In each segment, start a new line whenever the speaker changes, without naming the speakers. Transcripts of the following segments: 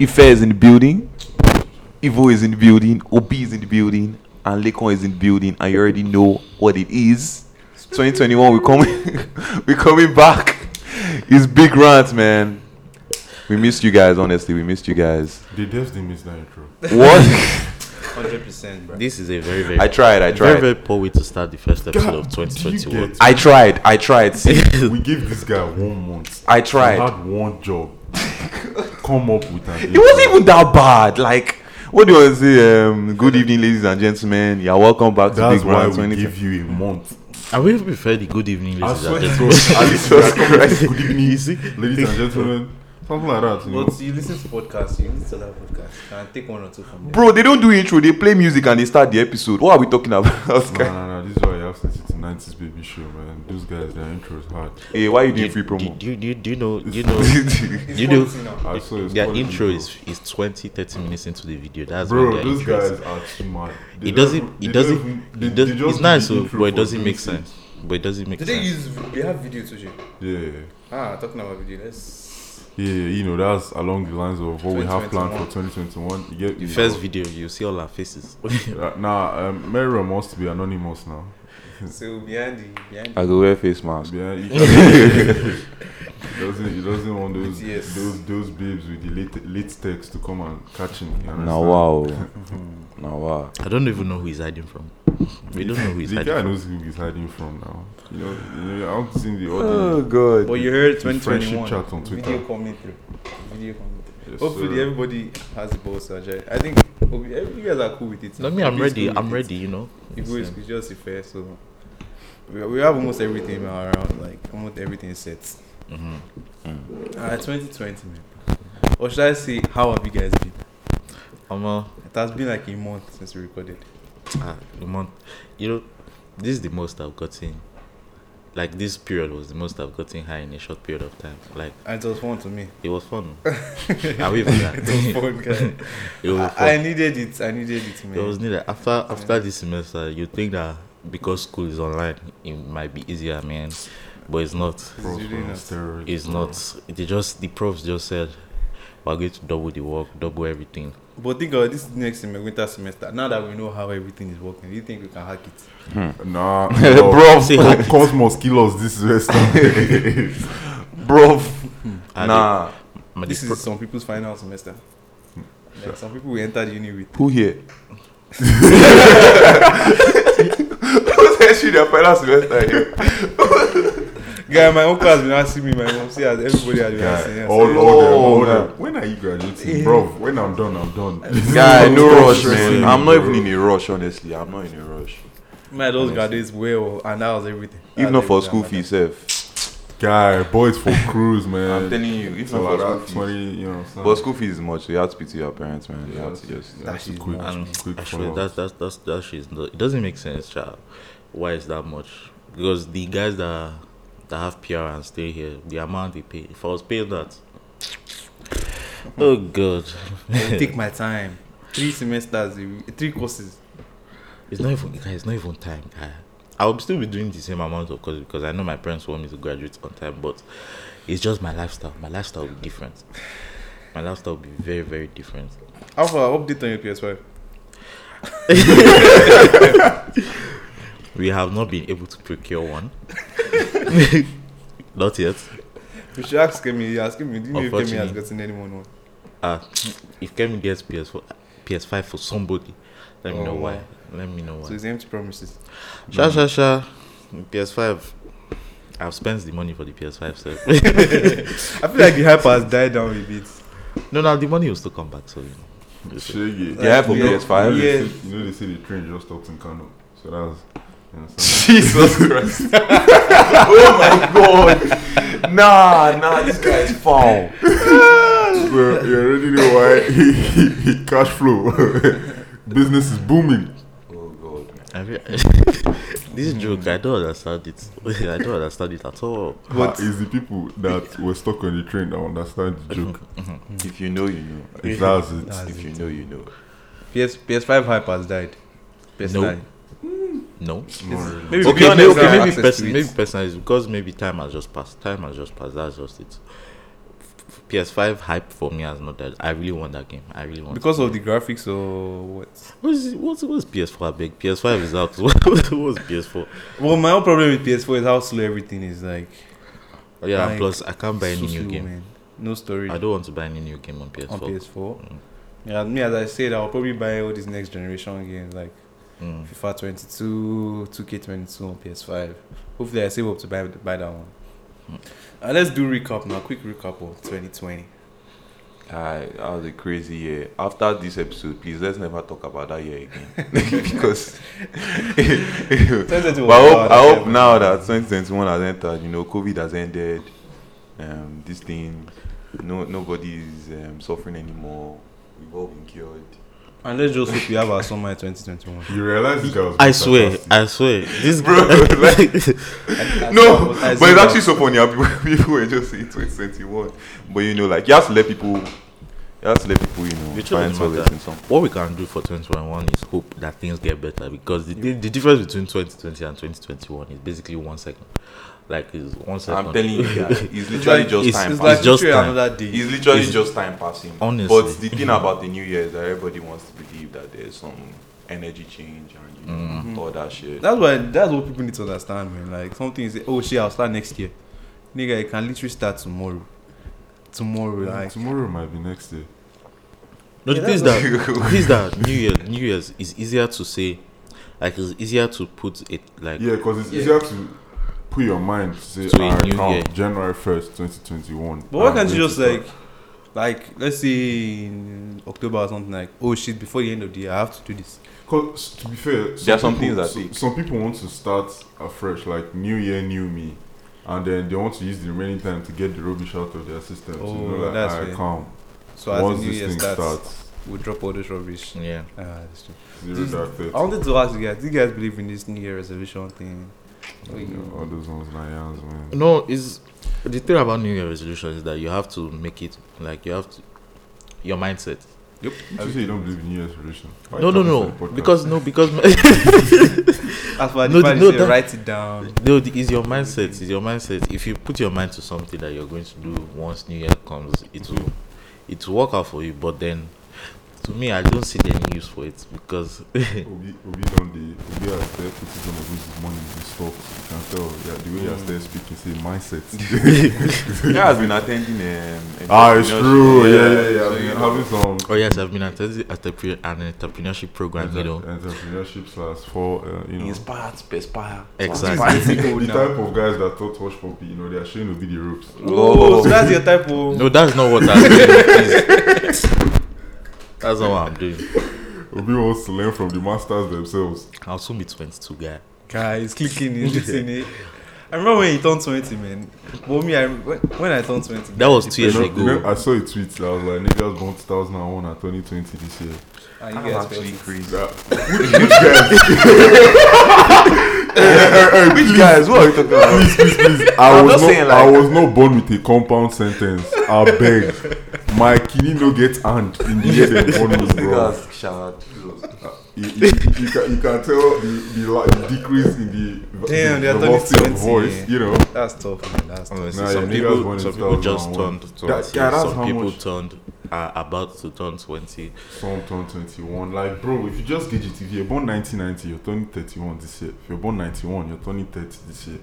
Ife is in the building. Ivo is in the building. Obi is in the building. And Lekon is in the building. And you already know what it is. 2021, we're coming, we're coming back. It's big rant, man. We missed you guys, honestly. We missed you guys.
The devs didn't miss that intro.
What?
Hundred percent, bro.
This is a very, very,
I tried. I
very,
tried.
very poor way to start the first episode of
God, do you
2021.
get-
I tried. I tried. See,
we gave this guy one month.
I tried.
He had one job. Come up with an.
It wasn't even that bad. Like, what do you want to say? Um, good evening, ladies and gentlemen. You're welcome back to
That's
Big
why
Rant.
we
2020.
give you a month.
I would have preferred the good evening,
I
ladies
swear
and
to
gentlemen.
God. At least we
Jesus
are coming
Christ.
to Good evening, ladies and gentlemen. Something like that. You know?
But you listen to podcasts, you listen to that podcast, and take one or two from there.
Bro, they don't do intro. They play music and they start the episode. What are we talking about?
Nah, nah, nah. This is why you have to listen to 90s baby show, man. Those guys, their intro is hard.
hey, why you
Do,
doing free promo?
do, do, do you know? Do you know?
It's
You do.
quality now.
I saw it's
Their
quality,
intro
bro.
is is 20, 30 minutes into the video. That's when
Bro,
their
those
intro is.
guys are too mad. They
It
don't even-
doesn't.
they
It
don't
doesn't.
even- they-
It
they
does.
just
It's nice,
do the
so,
intro
but it
for
doesn't
two
make
minutes.
sense. But it doesn't make
Do they
sense.
use? They have video too. Jay.
Yeah.
Ah, talking about video. Let's.
Yeah, you know, that's along the lines of what we have planned for 2021. You get
The
me?
first video, you see all our faces.
Uh, Nah, um, Miriam wants to be anonymous now.
So behind the behind the
I go wear face mask.
Yeah, he, he doesn't, he doesn't want those,
Yes.
those, those babes with the late, late text to come and catch him. you understand?
Now wow. now wow.
I don't even know who he's hiding from. We don't know who he's
The guy
hiding from.
knows who he's hiding from now. You know, you know I haven't seen the
Oh
audio.
god.
But you heard
The friendship
2021
chat on Twitter.
video coming through. Video coming through.
Yes,
Hopefully
sir.
everybody has the balls to enjoy. it. I think Obi- every- you guys are cool with it.
Not me. I'm
Obi is
ready.
cool
I'm
with
ready. You know.
It. Ibu is it's just a fair. So we, we have almost everything around. Like almost everything is set.
Mhm.
Uh, 2020, man. Or should I say, how have you guys been?
I'm uh,
It has been like a month since we recorded.
ah, the month. You know, this is the most I've gotten. Like this period was the most I've gotten high in a short period of time. Like
And it was fun to me.
it was fun. Are we even
It was
that?
fun, guys.
It was
I, I
fun.
needed it. I needed it, man.
It was needed. After after this semester, you think that because school is online, it might be easier, man. But it's not.
This is really nice.
It's not. They just the profs just said we're going to double the work, double everything.
But think about this next sem- winter semester. Now that we know how everything is working, do you think we can hack it?
Hmm.
Nah,
Bro,
See,
bro. Cosmos kill us this semester.
bro.
And
Nah.
the- my-
This
the
is some people's final semester. Like some people we entered uni with.
Who here? Who said she their final semester here?
Guy, my uncle has been asking me, my mom, see, as everybody has been asking.
Guy,
us.
all, all, them, all
Oh,
them.
man.
When are you graduating, bro? When I'm done, I'm done.
Guy, no rush, man.
Stressing me,
I'm not
bro.
even in a rush, honestly. I'm not in a rush.
Man, those graduates well, and that was everything.
If
That
not
was
for
everything
school
that
fees, eh. sef.
Guy, boys for cruise, man.
I'm telling you, if
So
not for
like that
school fees.
20, you know what I'm saying?
But school fees is much, so you have to speak to your parents, man. You have to just.
Yeah,
That
that's a
shit is
quick,
mad.
And
quick
actually,
follow-up.
that's that's that's that shit. No, it doesn't make sense, child. Why is that much? Because the guys that that have PR and stay here, the amount they pay. If I was paying that, oh god,
matters. Take my time. Three semesters, a week- three courses.
it's not even guy, it's not even time, guy. I'll still be doing the same amount of course because I know my parents want me to graduate on time, but it's just my lifestyle. My lifestyle will be different. My lifestyle will be very, very different.
How far update on your PS5?
We have not been able to procure one. not yet.
You should ask Kemi. Ask Kemi. Do you know if Kemi has
Unfortunately.
gotten anyone one?
Ah, if Kemi gets PS4, PS5 for somebody, let me
Oh,
know why.
wow.
Let me know
So
why.
it's empty promises.
Sha sha sha, PS5. I've spent the money for the PS5, so
I feel like the hype has died down a bit.
no, no, the money will still come back. So you know, it's-
Shaggy.
Yeah, for
You know-
PS5.
You know, they
Yeah.
say, you know they say the train just stops in Kano. So that's. You know, so-
Jesus Christ. oh my god. Nah, nah, this guy is foul.
Bro, you already know why. Cash flow. Business is booming.
Oh god, man.
I re- this joke, I don't understand it. I don't understand it at all.
But it's the people that were stuck on the train that understand the joke.
If you know, you know.
If that's it.
That's
If you know, you know.
PS PS5 hype has died. PS9.
No. No.
Not really.
To
Maybe
be
Okay,
because
maybe,
honest,
they
okay,
don't have
uh, maybe,
uh, access
person,
to it.
maybe personal is because maybe time has just passed. Time has just passed. That's just it. PS5 hype for me has not died. I really want that game. I really want.
Because of the graphics or what?
what's what's what's PS4 big? PS5 is out. What- what's PS4?
Well, my own problem with PS4 is how slow everything is. Like,
Oh, yeah.
Like,
plus, I can't buy any
so
new
slow,
game.
man. No story
I
on
don't want to buy any new game on PS4.
PS4.
Mm.
Yeah, me as I said, I'll probably buy all these next generation games like
Mm.
FIFA 22, 2K22 on PS5. Hopefully, I save up to buy buy that one. Uh, let's do recap now. Quick recap of 2020.
I, that was a crazy year. After this episode, please let's never talk about that year again because. but
2020
I
was
hope,
bad,
I hope
yeah,
now that 2021 has entered, you know, COVID has ended. Um, this thing, no, nobody is um, suffering anymore. We've all been cured.
And let's just hope we have our summer in 2021.
You realize this guy was
I
being
swear,
sarcastic.
I swear, this
Bro,
like,
no, but it's actually so funny. how People, people were just saying 2021, but you know, like you have to let people, you have to let people, you know,
The truth
find
of the
solace
matter-
in something.
what we can do for 2021 is hope that things get better because the, the, the difference between 2020 and 2021 is basically one second. Like, is one second.
I'm telling you, guys, it's literally just
it's-
time. passing.
It's like
It's just
literally
time.
another day.
It's literally
It's-
just time passing.
Honestly.
But the thing about the new year is that everybody wants to believe that there's some energy change and you know, all that shit.
That's why that's what people need to understand, man. Like something is oh shit, I'll start next year. Nigga, it can literally start tomorrow. Tomorrow, like
Tomorrow might be next day.
No, the
Yeah,
thing is
that's
that the thing is that New Year, New Year's is easier to say, like it's easier to put it like
Yeah, because it's
Yeah.
easier to put your mind to say,
To a
"Ah,
new
now,
year."
January 1st, 2021.
But why
I'm
can't you
going
just
to
like like let's say in October or something like oh shit before the end of the year I have to do this.
Because to be fair,
There are some
people-
things that
so-
take.
some people want to start afresh, like new year, new me, and then they want to use the remaining time to get the rubbish out of their system. so you
Oh,
know, like,
that's
"Ah,
fair.
calm.
So as
Once
the new
this
year
thing
starts,
starts,
we'll drop all this rubbish.
yeah.
Ah, that's true.
zero
This-
dark thirty.
I wanted to ask you guys, do you guys believe in this New Year resolution thing?
You know, all those ones, like, yans, man.
No, is the thing about New Year resolution is that you have to make it like you have to your mindset.
Did you say you don't believe in New Year's tradition? Why
no,
you
no,
can't
no,
listen to the podcast?
because no, because
As for
No,
the
no,
no,
that-
write it down.
no, the- is your mindset. Is your mindset. If you put your mind to something that you're going to do once New Year comes, it will it will work out for you. But then, to me, I don't see any use for it because oh,
Obi, Obi don dey Obi has started putting some of his money in stock. You can tell yeah, the way he has started speaking, say mindset.
Yeah, has been attending. Um,
ah, it's
entrepreneurship.
true. Yeah, yeah, yeah.
so,
I've
you
been
know,
having some
oh yes, I've been attending an entrepreneurship program. You know,
entre- entrepreneurship slash for uh, you know
inspired, perspire.
Exactly.
the type of guys that thought Hush Puppy, you know, they are showing Obi the ropes.
Oh, so that's your type of
No, that's not what I'm doing. please. that's not what I'm doing.
Obi wants to learn from the masters themselves.
I'll soon be 22, guy.
guys clicking it, listening. I remember when you turned 20, man. But me, I, when, when I turned 20,
That was two
You
years
know- you know,
ago.
I saw a tweet that was like niggas born 2001 and 2020 this year.
and ah, you
I'm
guys
actually
felt it.
crazy.
That, which, which guys?
Eh, Which guys? What are you talking about?
please, please, please. I
I'm
was
just
not,
saying, like-
I was not born with a compound sentence. I beg. My kidney no get hand in the year they born with, bro.
Niggas, shout out.
You, you, you, can, you can tell the, the, la- the decrease in the,
Damn, they
the
are
velocity of
2020,
voice,
yeah.
you know.
That's tough, man. That's tough.
Honestly,
Nah,
some
yeah, niggas
people,
born in
some people just
2001.
turned 20.
That- yeah, that's
some
how
people
much-
turned are about to turn 20.
Some turn 21. Like, bro, if you just gauge it, if you're born 1990, you're turning 31 this year. If you're born 91, you're turning 30 this year.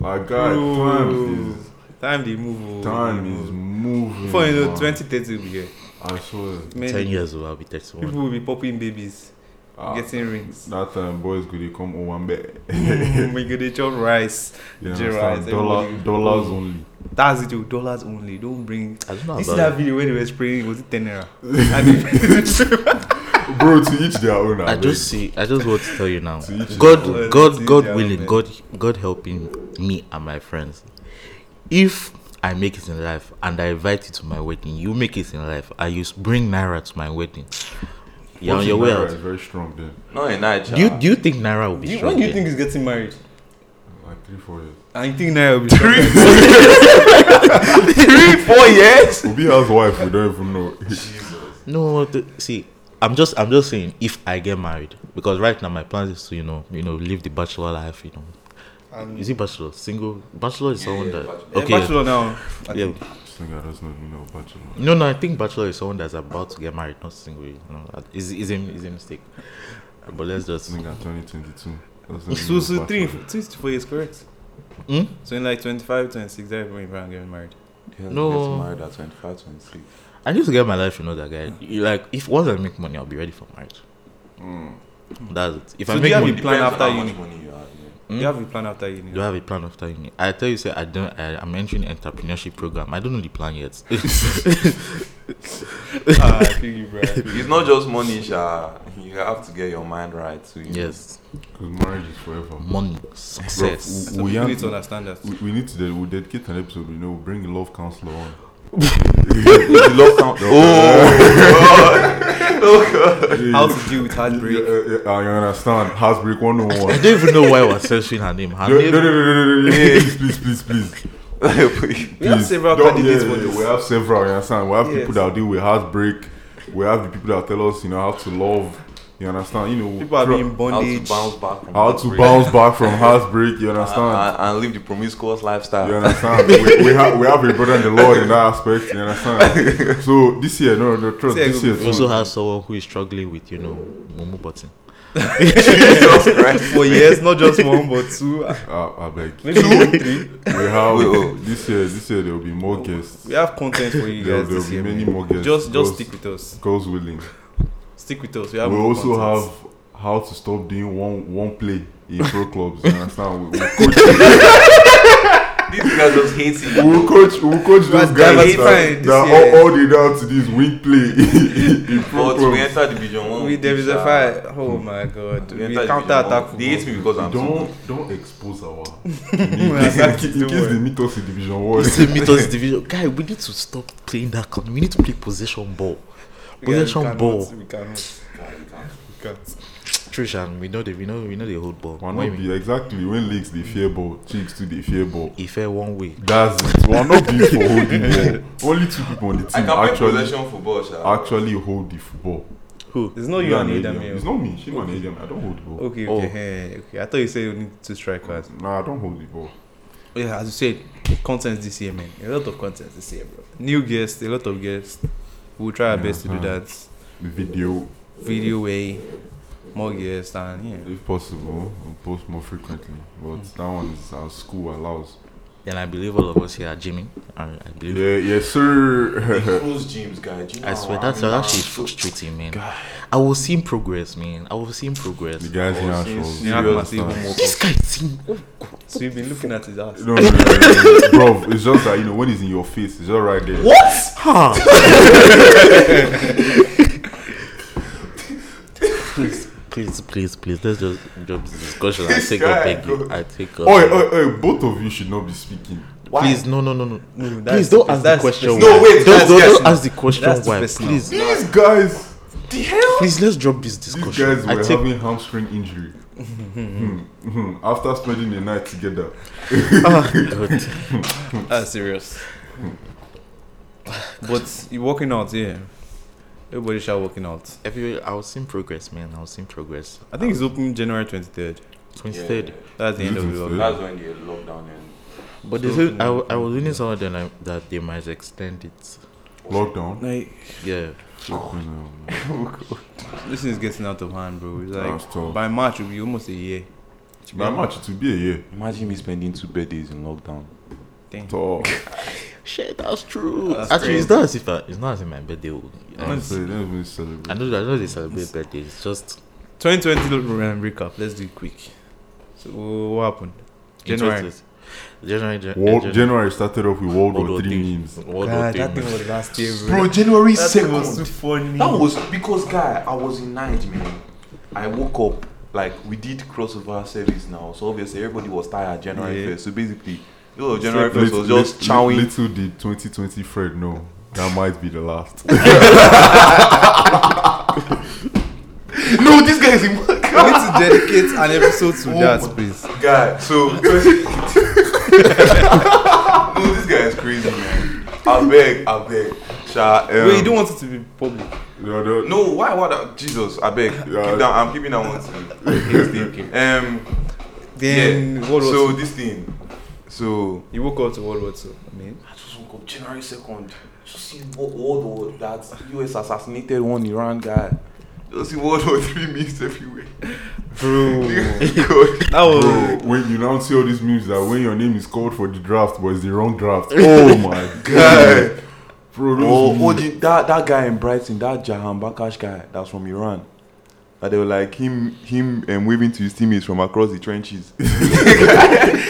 Like, God, time is,
Time they move. oh,
time
they
is
move.
moving.
Before you know,
man.
2030 will be here.
I swear.
Man,
10 years old, I'll be 31.
People will be popping babies,
Ah,
getting rings.
that time, boys could they come home and bet.
Mm, we get chop rice.
You
J-Rice,
understand? Dollar,
everybody-
dollars only.
That's it, oh, dollars only. Don't bring.
I don't know
This is
about
that
that.
video where they were spraying, was it 10 naira? I mean,
Bro, to each their own.
I
beg.
just see. I just want to tell you now.
To each his
God,
own.
God, God
Yeah,
willing,
man.
God, God helping me and my friends. If I make it in life and I invite you to my wedding, you make it in life. I use bring Naira to my wedding. You're on
Watching
your way
Naira
out.
is very strong then.
No, in Nigeria.
Do you do you think Naira will be
do you-
strong?
when do you
then?
think he's getting married?
Like three, four years.
I think Naira will be strong.
three, four years?
Obi has wife, we don't even know.
No, the, see, I'm just I'm just saying if I get married because right now my plan is to you know you know live the bachelor life. You know,
And-
is it bachelor single? Bachelor is someone that
Yeah,
okay.
Um, Bachelor now. I
yeah.
think.
nigga does not even know bachelor.
No, no, I think bachelor is someone that's about to get married, not single. You know, is is a is a mistake. But let's just.
This nigga 2022. doesn't even
So,
know
so three,
bachelor.
two to four years, correct?
Hmm?
So in like 25, 26, that's when you're getting married.
He has
No.
gets married at 25, 26.
I need to get my life to know that guy. You, like, if once I make money, I'll be ready for marriage.
Mm.
That's it. If
So
I
do
make
you have
money,
a plan
Depends
after
on how
uni?
much money you have, yeah.
Hmm?
You have a plan after uni.
Do I have a plan after uni? I tell you, say I don't. I, I'm entering entrepreneurship program. I don't know the plan yet.
ah, I feel you, bro. I feel you.
It's not just money, Sha. You have to get your mind right too. you know.
yes,
Because marriage is forever.
money, success.
Some
We
people
have-
need to understand that.
We, we need to de- we'll dedicate an episode, you know, we'll bring love counselor on.
The love count-
How to deal with
Yeah,
heartbreak.
yeah, yeah, I understand. Heartbreak 101.
I don't even know why I was searching her name. Her
No, no,
name
no, no, no, no, no. Please, please, please, please.
Oh.
We have
Please.
several
Don't-
candidates
yeah,
for
yeah,
this.
We have several, you understand? We have people
Yes.
that deal with heartbreak. We have the people that tell us, you know, how to love. You understand? You know,
People are
through-
being
how to
bondage.
bounce back from
how to
heartbreak.
bounce back from heartbreak. You
and,
understand?
and, and live the promiscuous lifestyle.
You understand? we, we, have, we have a brother in the Lord in that aspect. You understand? So this year, no, no, trust
This
this
year will
year.
be
We
too.
also have someone who is struggling with, you know, mumu button.
Jesus Christ.
For years, not just one, but two. uh,
Uh, I beg.
Maybe even three.
We have
Wait, oh.
this year. This year there will be more guests.
We have content for you
There,
guys
there will
this
be
year.
many
man.
more guests.
Just, just
God's-
stick with us.
God's willing.
Stick with us. We, have
We
more
also
content.
have how to stop doing one one play in pro clubs. You understand? We, we coach,
These guys just hate it.
we will coach, we will coach those
But
guys
they
that, that
fine this year.
all, all they down to this wing play in pro
But we
clubs.
enter division one.
We there is a
Sha.
fight. Oh my god.
We
We,
enter division
counter attack.
one. They hate me because I'm too good.
Don't don't expose our. in
That's
case, in
actually
case- in
the
case
word.
they meet us in Division One.
It's a Mythos division. Guy, we need to stop playing that. Con- we need to play possession ball. Possession ball.
We cannot. We can't.
Trish and we know the we know we know the whole ball.
Why
When
not
we-
be exactly when leagues they fear ball, chicks to they fear ball.
If I one way,
That's it. One not be for holding ball. Only two people on the
I can
team
play
actually
possession football, Sha.
actually hold the football.
who?
It's not you and
Adam.
Adam.
It's
yeah.
not me. She and Adam. I don't hold the ball.
Okay, okay,
Oh.
eh, okay. I thought you said you need two strikers.
Nah, I don't hold the ball.
Yeah, as you said, content this year, man. A lot of content this year, bro. New guests, a lot of guests. We'll try our
Yeah,
best to do
uh-huh.
that.
Video,
Video way, more guests, and yeah.
if possible, we post more frequently. But that one is our school allows.
And I believe all of us here are Jimmy. I, I believe.
Yeah, yes,
They
sir.
close gyms, guy. Do you know
I swear
how I
that's
mean,
that shit is frustrating, man. I was seeing progress, man. I was seeing progress.
the guys here are
Oh, serious.
trolls.
You have
You
massive
understand?
homework.
This guy seen
So you've been looking at his ass.
No, no, no, no, no. bro. It's just that you know when it's in your face, it's all right there.
what? Huh? please, please, please, please. Let's just drop this discussion. I
This
take
guy
up begging.
goes-
I take up.
Oi, oi, oi! Both of you should not be speaking.
Please, no, no, no, no.
No, that's-
Please don't ask the
that's
question.
personal.
why.
No, wait,
don't,
that's
don't, don't
personal.
ask the question
That's
why.
personal.
Please,
These guys,
The hell?
please, let's drop this
these
discussion.
guys
I
were
take
having hamstring injury. Mhm, mhm. After spending the night together,
God.
Ah, serious. but you're working out, yeah. Everybody shall working out.
Every, I was seeing progress, man. I was seeing progress.
I think it's open January 23rd.
Instead,
Yeah.
That's the end of the
Jesus,
lockdown.
yeah.
That's when the lockdown ends.
but they
So
said I,
open-
I was reading somewhere that, I- that they might extend it.
lockdown.
Like,
Yeah,
this is getting out of hand, bro. It's
That's tough.
like, by March, it'll be almost a year.
By March, it will be a year.
Imagine me spending two birthdays in lockdown.
Dang.
Talk.
shit, that's true.
That's
Actually, it's
crazy.
not as if I, it's not as if my birthday. Will,
I say, don't even celebrate.
I know, I know they celebrate birthdays. It's just
2020 um, recap. Let's do it quick. So what happened? January.
It's just- January, Jan-
World-
January,
January started off with World,
World
War
War
Three
Three.
memes.
World War Three. man.
was last year,
Bro, January
funny.
That was because guy, I was in night, man. I woke up like we did crossover service now, so obviously everybody was tired January
Yeah.
first. So basically, you know, January
Lit-
first was just
lit-
chowing.
Little did 2020 Fred know that might be the last.
No, this guy is in
we need to dedicate an episode to
Oh
that, please.
guy. So no, this guy is crazy, man. I beg, I beg. Sha, um,
Wait, you don't want it to be public.
No, no,
No, why? Why? that- Jesus, I beg.
Yeah.
Keep that, I'm keeping that one to you. um,
Then
yeah.
what was
so this thing. So
You woke up to World War Two. I mean,
I just woke up January second. Just see World War that US assassinated one Iran guy. Just see World War Three memes everywhere.
bro,
Oh God.
that was
Bro, when you now see all these memes that when your name is called for the draft, but it's the wrong draft. Oh my god, bro, those
Oh, oh,
memes.
the- that that guy in Brighton, that Jahan Bakash guy, that's from Iran. That they were like him, him,
um,
and waving to his teammates from across the trenches.
Nah.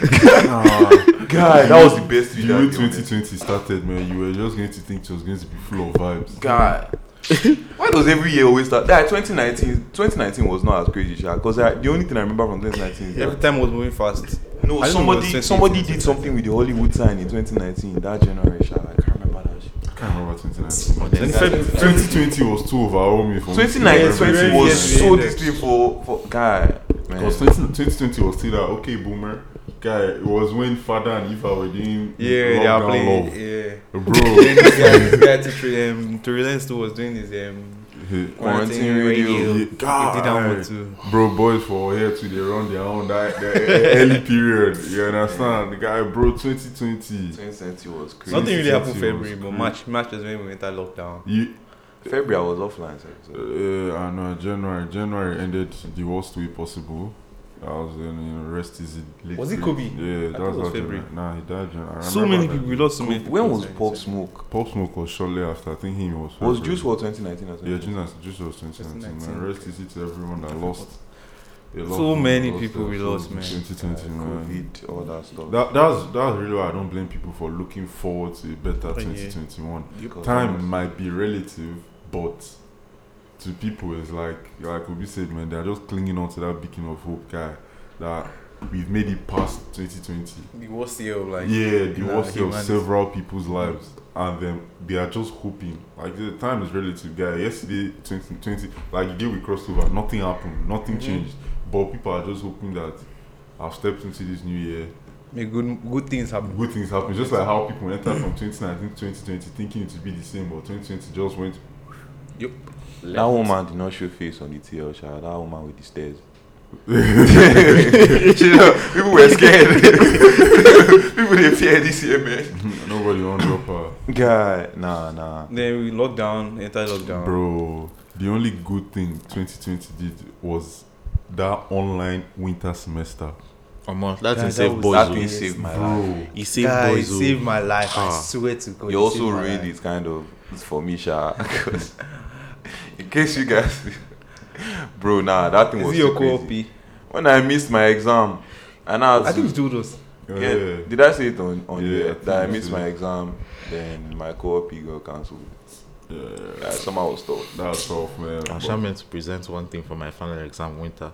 guy, that was the best
The
video.
way
I've ever seen.
2020 started, man, you were just going to think it was going to be full of vibes.
God. Why does every year always start? That 2019, 2019 was not as crazy, because the only thing I remember from 2019 is that
every time was moving fast.
no
I didn't know it was
somebody somebody
2018,
did something with the Hollywood sign in 2019 that generation. I can't remember that. Shit.
I can't remember 2019.
Then
Feb-
2020 was too overwhelming for
Mm.
me.
2019
February,
was
yes,
so
yes.
distinct for for guy.
Eh.
Man.
Because 20, 2020 was still that okay, boomer guy. It was when Father and Eva were doing
Yeah, they are
lockdown
playing.
love.
Yeah. Then
bro.
this guy, this guy to um, to relent to was doing his um,
Quarantine radio.
Yeah,
He did
God.
that one too.
Bro, boys for here to they run their own that, that early period. You understand, the guy, bro. 2020.
2020 was crazy.
Nothing really happened
Crazy,
February, but
crazy.
March, March was when we went into lockdown.
You,
February I was offline. So, so.
Uh, I know January. January ended the worst way possible. I was in you know, rest is late.
Was it Kobe?
Yeah,
I
that was,
thought it was
how January-
February.
Nah, he died. January. I
So
remember
many
that
people, we
day.
lost so many.
when
people
was
in
Pop
2019.
Smoke?
Pop Smoke was shortly after. I think he was.
Was
February.
Juice World 2019 or something?
Yeah, Juice was- Juice was 2019. Man.
2019,
Rest easy to everyone that lost. They
So
man.
many
They
people
their
we
souls
lost,
in
man.
2020, man.
COVID, all that stuff.
That, that's that's really why I don't blame people for looking forward to a better
Oh, yeah.
2021
Because-
time might be relative, but to people it's like like Obi said, man, they're just clinging on to that beacon of hope guy that we've made it past twenty twenty.
The worst year of like.
yeah, the
nah,
worst of
humanity.
several people's lives. And then they are just hoping. Like the time is relative, guy. Yesterday, 2020, like the day we crossed over, nothing happened, nothing
Mhm.
changed. But people are just hoping that I've stepped into this new year,
May good good things happen.
good things happen. Just like how people enter from 2019 to 2020 thinking it would be the same, but 2020 just went
That woman did not show face on the TL child. That woman with the stairs. She- people were scared. people they fear this year, man.
Nobody on drop her.
Uh-huh.
God, nah, nah.
Then we locked down, entire lockdown.
Bro, the only good thing 2020 did was that online winter semester.
Omo,
Guy,
that thing
that
save
was-
boys.
That
oh.
thing saved my life.
Bro,
He saved
Guy,
boys.
it
oh.
saved my life.
Ah.
I swear to God.
You
it
also
saved my
read
life.
it kind of it's for me, Sha. 'cause- in case you guys, bro, nah, that thing
Is
was
it
so
your co-op?
crazy. When I missed my exam, and I, had
I
to-
think you told us.
yeah,
yeah.
did I say it on on
Yeah, I
the
think
that I
you
missed
said
my
it.
exam, then my co-op got cancelled.
yeah,
Yeah, somehow was tough.
that's tough, man.
I was
But-
meant to present one thing for my final exam winter.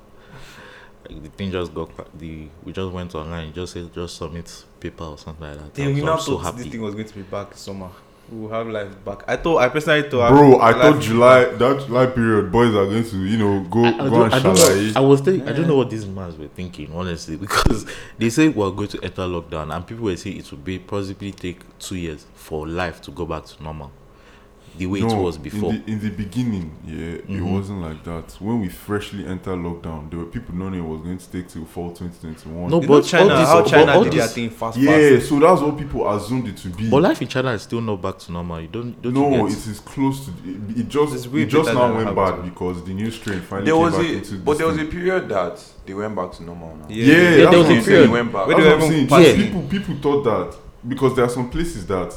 Like the thing just got cla- the we just went online. Just said just submit paper or something like that.
Then
I'm,
we
so-
now
I'm so
thought this
happy.
thing was going to be back summer. We'll have life back. I thought I personally thought
Bro, I
life
thought
would be
July,
back.
that July period, boys are going to, you know, go,
I, I
go
don't,
and
I, don't know, I
shalai.
was thinking, I don't know what these mans were thinking, honestly, because they say we're going to enter lockdown, and people were saying it would be possibly take two years for life to go back to normal, the way it
No,
was before.
In the, in the beginning, yeah, it
Mhm.
wasn't like that. When we freshly entered lockdown, there were people knowing it was going to take till fall 2021.
No,
You
But
know
all
China,
this-
how
but
China
all
did their
this-
thing fast,
yeah, so that's what people assumed it to be.
But life in China is still not back to normal. You don't, don't you
No,
get?
it is close to. It, it just
It's way
it just
better
now
than
went
how it
bad
was.
because the new strain finally
There
came
was
back
a
into.
but
this
there was a
thing.
period that they went back to normal now.
Yeah,
Yeah,
there
that's
was
what
a
I'm
They
period.
saying.
went back.
Where
That's
they
what
were
I'm saying.
even
Just
passing.
People people thought that because there are some places that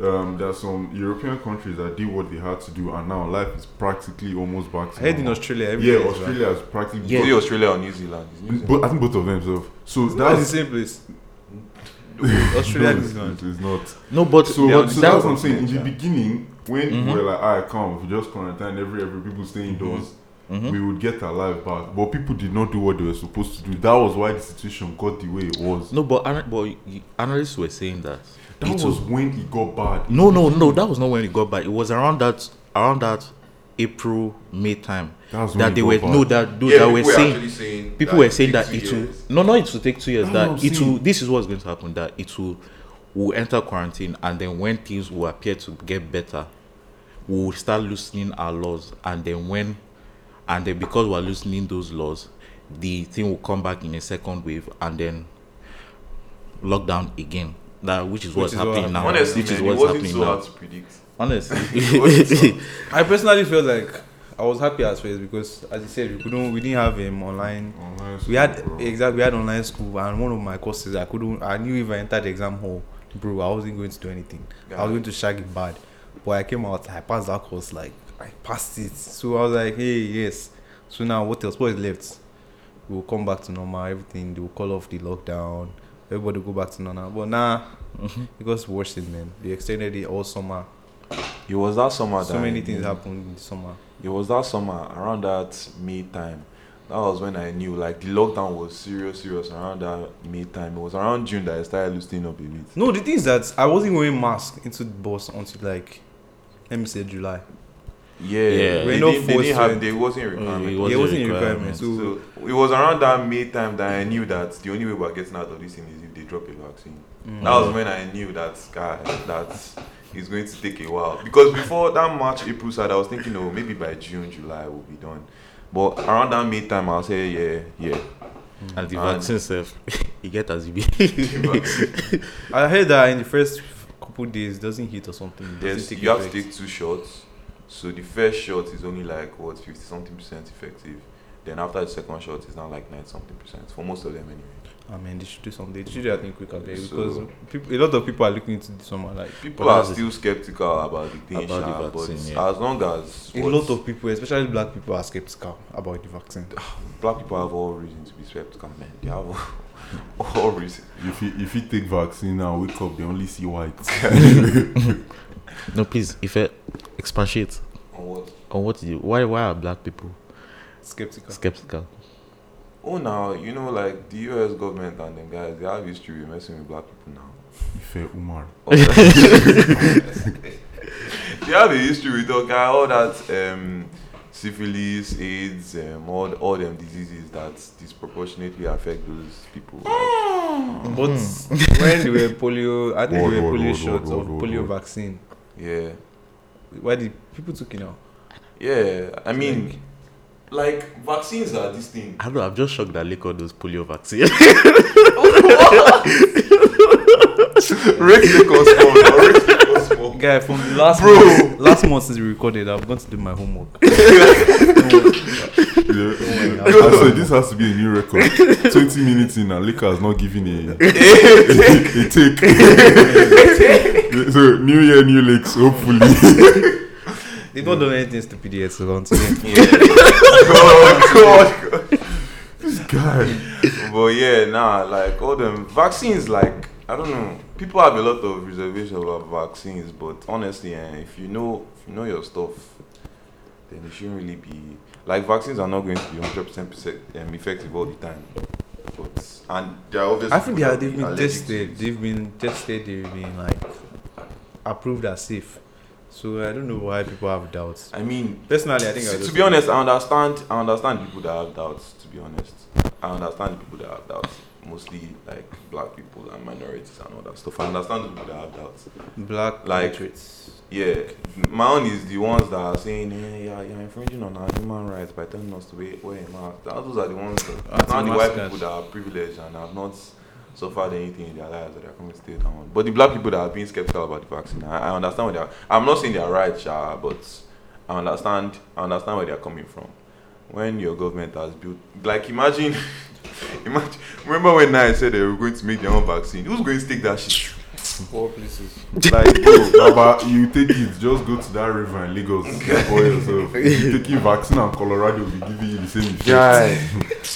um, there are some European countries that did what they had to do and now life is practically almost back.
I
To
heard in
normal.
Australia. every
Yeah,
place,
Australia is practically.
Is it
Yeah.
Australia or New Zealand? It's New Zealand.
But I think both of them. So, so
Right? That's the
that's
same place. Australia
no,
is
it's, it's not.
no, but,
So,
but
so
that-
that's what I'm saying. In the beginning, when
Mhm.
Mm-hmm.
we were like, "I come," if you just quarantine every every people stay indoors.
Mm-hmm.
Mhm.
we would get our life back. But people did not do what they were supposed to do. That was why the situation got the way it was.
No, but, ana- but y- analysts were saying that.
That
it
was, when it got bad.
no, no, no. That was not when it got back. It was around that around that April May time
That was when
that
it
they
got
were
bad.
no that no,
Yeah,
that
people
were
were
saying
actually saying
people
that
were saying
it
that
takes
it
two
will
years.
no no it will take two years
That's what
that
I'm
it will
saying.
this is what's going to happen that it will will enter quarantine and then when things will appear to get better we will start loosening our laws and then when and then because we're loosening those laws the thing will come back in a second wave and then lockdown again. That which is what's
is what happened.
happening now.
Honestly,
which is
man,
what's
it wasn't
happening
so
now.
hard to predict.
Honestly,
I personally feel like I was happy as well because, as you said, we couldn't, we didn't have um, online.
Online
We had
school, bro.
exactly, we had online school, and one of my courses, I couldn't, I knew if I entered the exam hall, bro, I wasn't going to do anything. I was going to shag it bad, but I came out, I passed that course, like I passed it. So I was like, hey, yes. So now what else? What is left? We will come back to normal. Everything they will call off the lockdown. Everybody go back to normal. But nah, because worse it, man. They extended it all summer.
It was that summer.
So
that
many
I
things
knew-
happened in the summer.
It was that summer around that May time. That was when I knew like the lockdown was serious, serious around that May time. It was around June that I started loosening up a bit.
No, the thing is that I wasn't wearing mask into the bus until like, let me say July.
Yeah, Mm,
Yeah.
They,
We're not
didn't, they
forced
didn't have.
to-
They wasn't a
it
requirement.
was
it
a
wasn't a
requirement.
requirement. So
so it was around that May time that I knew that the only way we're getting out of this thing is if they drop a vaccine.
Mm.
That was when I knew that guy that it's going to take a while because before that March April side I was thinking oh maybe by June July we'll be done, but around that May time I'll say yeah yeah
and the
And-
vaccine self, you get as you be.
I heard that in the first couple days it doesn't hit or something. it doesn't
There's,
take
you have to
effect.
take two shots. So the first shot is only like what fifty something percent effective. Then after the second shot, it's now like ninety something percent for most of them anyway.
I mean, Ah, they should do something. They should do something quicker there
So-
because people, a lot of people are looking into this summer. Like
People
But
are
that's the-
still skeptical about the thing,
About the
sha, but
vaccine, yeah.
as long as
a
what-
lot of people, especially black people, are skeptical about the vaccine.
black people have all reason to be skeptical, man. They have all, all reason.
If you if you take vaccine now, wake up, they only see white.
no, please, if I expatiate
on what-
on what you, why why are black people
Skeptical.
Hmm.
skeptical?
Oh, now you know, like the U.S. government and them guys, they have history with messing with black people now.
Ife Umar.
All that- they have a history with okay, all that um, syphilis, AIDS, um, all, all them diseases that disproportionately affect those people.
But when they were polio, I think
Word,
they were
word,
polio
word,
shots
word,
or
word,
polio
word.
vaccine.
Yeah.
Why did people took it now?
Yeah. I mean, like, vaccines are this thing.
I don't know. I'm just shocked that Lake does polio vaccine.
Rick Nichols, come on, Rick Nichols, come on.
Guy, from the last
Bro.
month, last month since we recorded, I've gone to do my homework.
Yeah.
Oh God.
I said this has to be a new record. Twenty minutes in, and Lika has not given a, a, take- a take. so new year, new legs. Hopefully,
They've not done anything stupid yet, so don't say.
Oh, God, God.
this guy.
But yeah, nah, like, all them vaccines, like, I don't know. People have a lot of reservations about vaccines, but honestly, eh, if you know, if you know your stuff, then it shouldn't really be like vaccines are not going to be 100% perse- um, effective all the time. But and they're obviously
I think they are,
people
they've been
that are allergic
tested.
to it.
They've been tested. They've been like approved as safe. So I don't know why people have doubts.
I mean,
Personally, I think I
to,
just-
be honest, I understand. I understand people that have doubts. To be honest, I understand people that have doubts. Mostly like black people and minorities and all that stuff. I understand the people that have doubts.
black
Like-
patriots.
Yeah, my own is the ones that are saying, "Hey, yeah, you're infringing on our human rights by telling us to wear, wear a mask." That- Those are the ones. That, now the white
Anti-maskers.
people that are privileged and have not suffered anything in their lives that they're coming to stay down. But the black people that are being skeptical about the vaccine, I, I understand what they are. I'm not saying they are right, sha, but I understand. I understand where they are coming from. When your government has built, like, imagine, imagine. Remember when I said they were going to make their own vaccine? Who's going to take that shit?
Poor places.
Like,
Yo, Baba, you take it. Just go to that river in Lagos for yourself. If you taking vaccine and Colorado will be giving you the same effect.
guy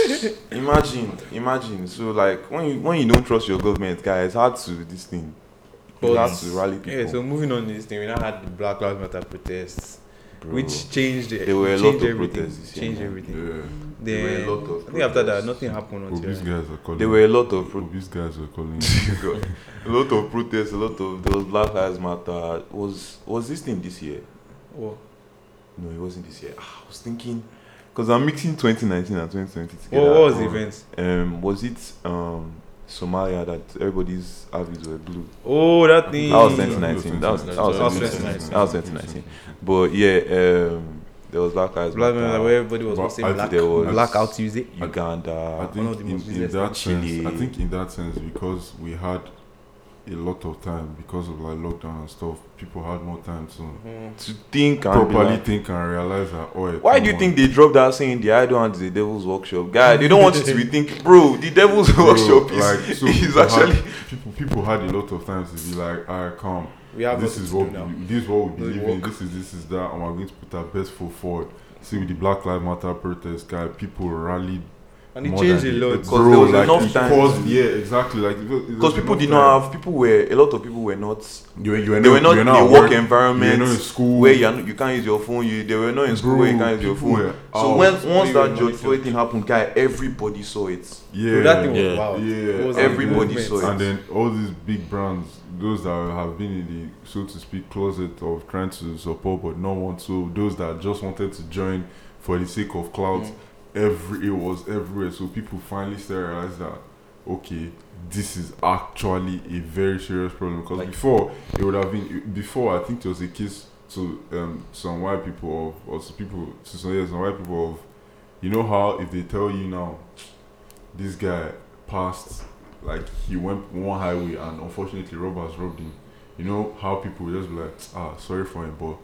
imagine imagine so like when you when you don't trust your government guy it's hard to this thing it's hard to rally people
yeah, so moving on to this thing, we now had the Black Lives Matter protests,
Bro,
which changed. the-
There were a lot
changed
of
everything,
protests this year,
Changed
man.
everything.
Yeah.
There were a
Then,
lot of
I think after that,
protests.
nothing happened
Oh, these
until.
guys are calling.
there were a lot of pro-
Oh, these guys are calling.
God. a lot of protests a lot of those black lives matter was was this thing this year
Oh,
no it wasn't this year Ah, i was thinking because i'm mixing 2019 and 2020
what
together
Oh, what was the event?
um was it um somalia that everybody's avis were blue
Oh, that thing.
That was 2019. That was- that was
That was
2019.
2019. But yeah, um, There was black eyes.
Black
Matter,
Matter, where everybody was
But
posting
I-
black,
there was-
blackout Tuesday.
I
Uganda.
think
of the
in,
most
in
busiest
that
things.
sense, I
Chile.
think in that sense, because we had a lot of time because of like lockdown and stuff, people had more time to
Mm-hmm.
to think and be
properly
like-
think and realize that. Oh,
Why do you think they dropped that saying the idol and the devil's workshop? Guy, they don't want you to be thinking, bro, the devil's workshop is, is
people had-
actually
people. People had a lot of time to be like, "All right, come.
We have
this
nothing
is
to
what
do now.
we, this is what we
No, it
believe in.
work.
This is this is that, and we're going to put our best foot forward." See, with the Black Lives Matter protest, guy, people rallied
And it
more
changed a
than
lot.
Because
Bro, there was enough
it
time.
Caused, yeah, exactly. Like it was- it
because
was
people
enough
did
time.
not have people were a lot of people were not
You, you were
they were not
you
in
at
a work environment
You were not in school.
where you are not, you can't use your phone. You they were not in school
Bro,
where you can't use your
people
phone.
Oh, were
So
out.
when once
They
that
were
George Floyd thing happened, guy, everybody saw it.
yeah,
Bro, that thing was
Yeah.
wild.
Yeah.
It was
Everybody
like movement.
saw it.
and then all these big brands, those that have been in the so to speak closet of trying to support but not want to, those that just wanted to join for the sake of clout,
Mm.
every it was everywhere. So people finally started to realize that okay, this is actually a very serious problem because
Like-
before it would have been before I think there was a case to um, some white people of or to people to some, yeah, some white people of you know how if they tell you now this guy passed like he went one highway and unfortunately robbers robbed him you know how people will just be like ah sorry for him but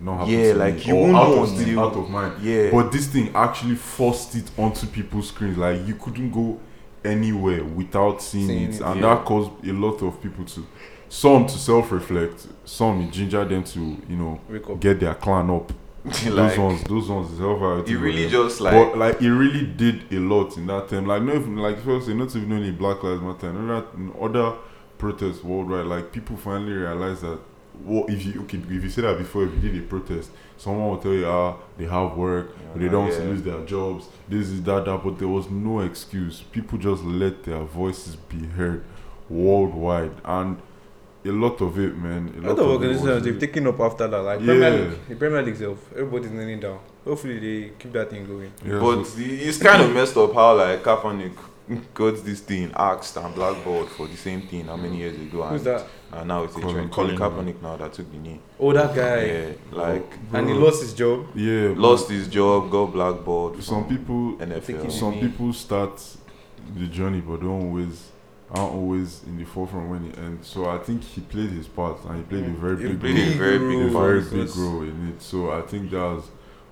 not happen
Yeah,
to
like,
me,"
you
or
won't
out
know
of steam,
until-
out of mind
Yeah,
but this thing actually forced it onto people's screens. Like you couldn't go anywhere without seeing,
Seeing
it,
it,
and
yeah.
that caused a lot of people to, some to self-reflect, some it gingered them to you know
Wake up.
get their clan up. those
like
ones, those ones is over.
it really just like
But like it really did a lot in that time. Like not even like first, not even only Black Lives Matter, and other in other protests worldwide. Like people finally realized that. Well, if you okay, if you say that before, if you did a protest, someone will tell you, ah, they have work,
Ah,
they don't want to
Yeah.
lose their jobs. This is that that, but there was no excuse. People just let their voices be heard worldwide, and a lot of it, man. A
A lot of organizations they've taken up after that, like Premier
Yeah.
League, the Premier League itself, everybody's kneeling down. Hopefully they keep that thing going.
Yeah,
But
so-
the- it's kind of messed up how like Kaepernick got this thing axed and blackballed for the same thing how many years ago
Who's
and,
that?
and now it's a
Colin-
trend. Colin
Colin.
Kaepernick now that took the knee.
Oh, that guy.
Yeah, like
And he
Bro.
lost his job.
yeah,
lost his job, got blackballed.
Oh. some
from
people
NFL.
Taking
Some
mean-
people start the journey, but don't always aren't always in the forefront when it ends. So I think he played his part, and he played a
Mm.
very
He
big,
played
role,
a very big
a
role.
very
It
big
was-
role in it. So I think that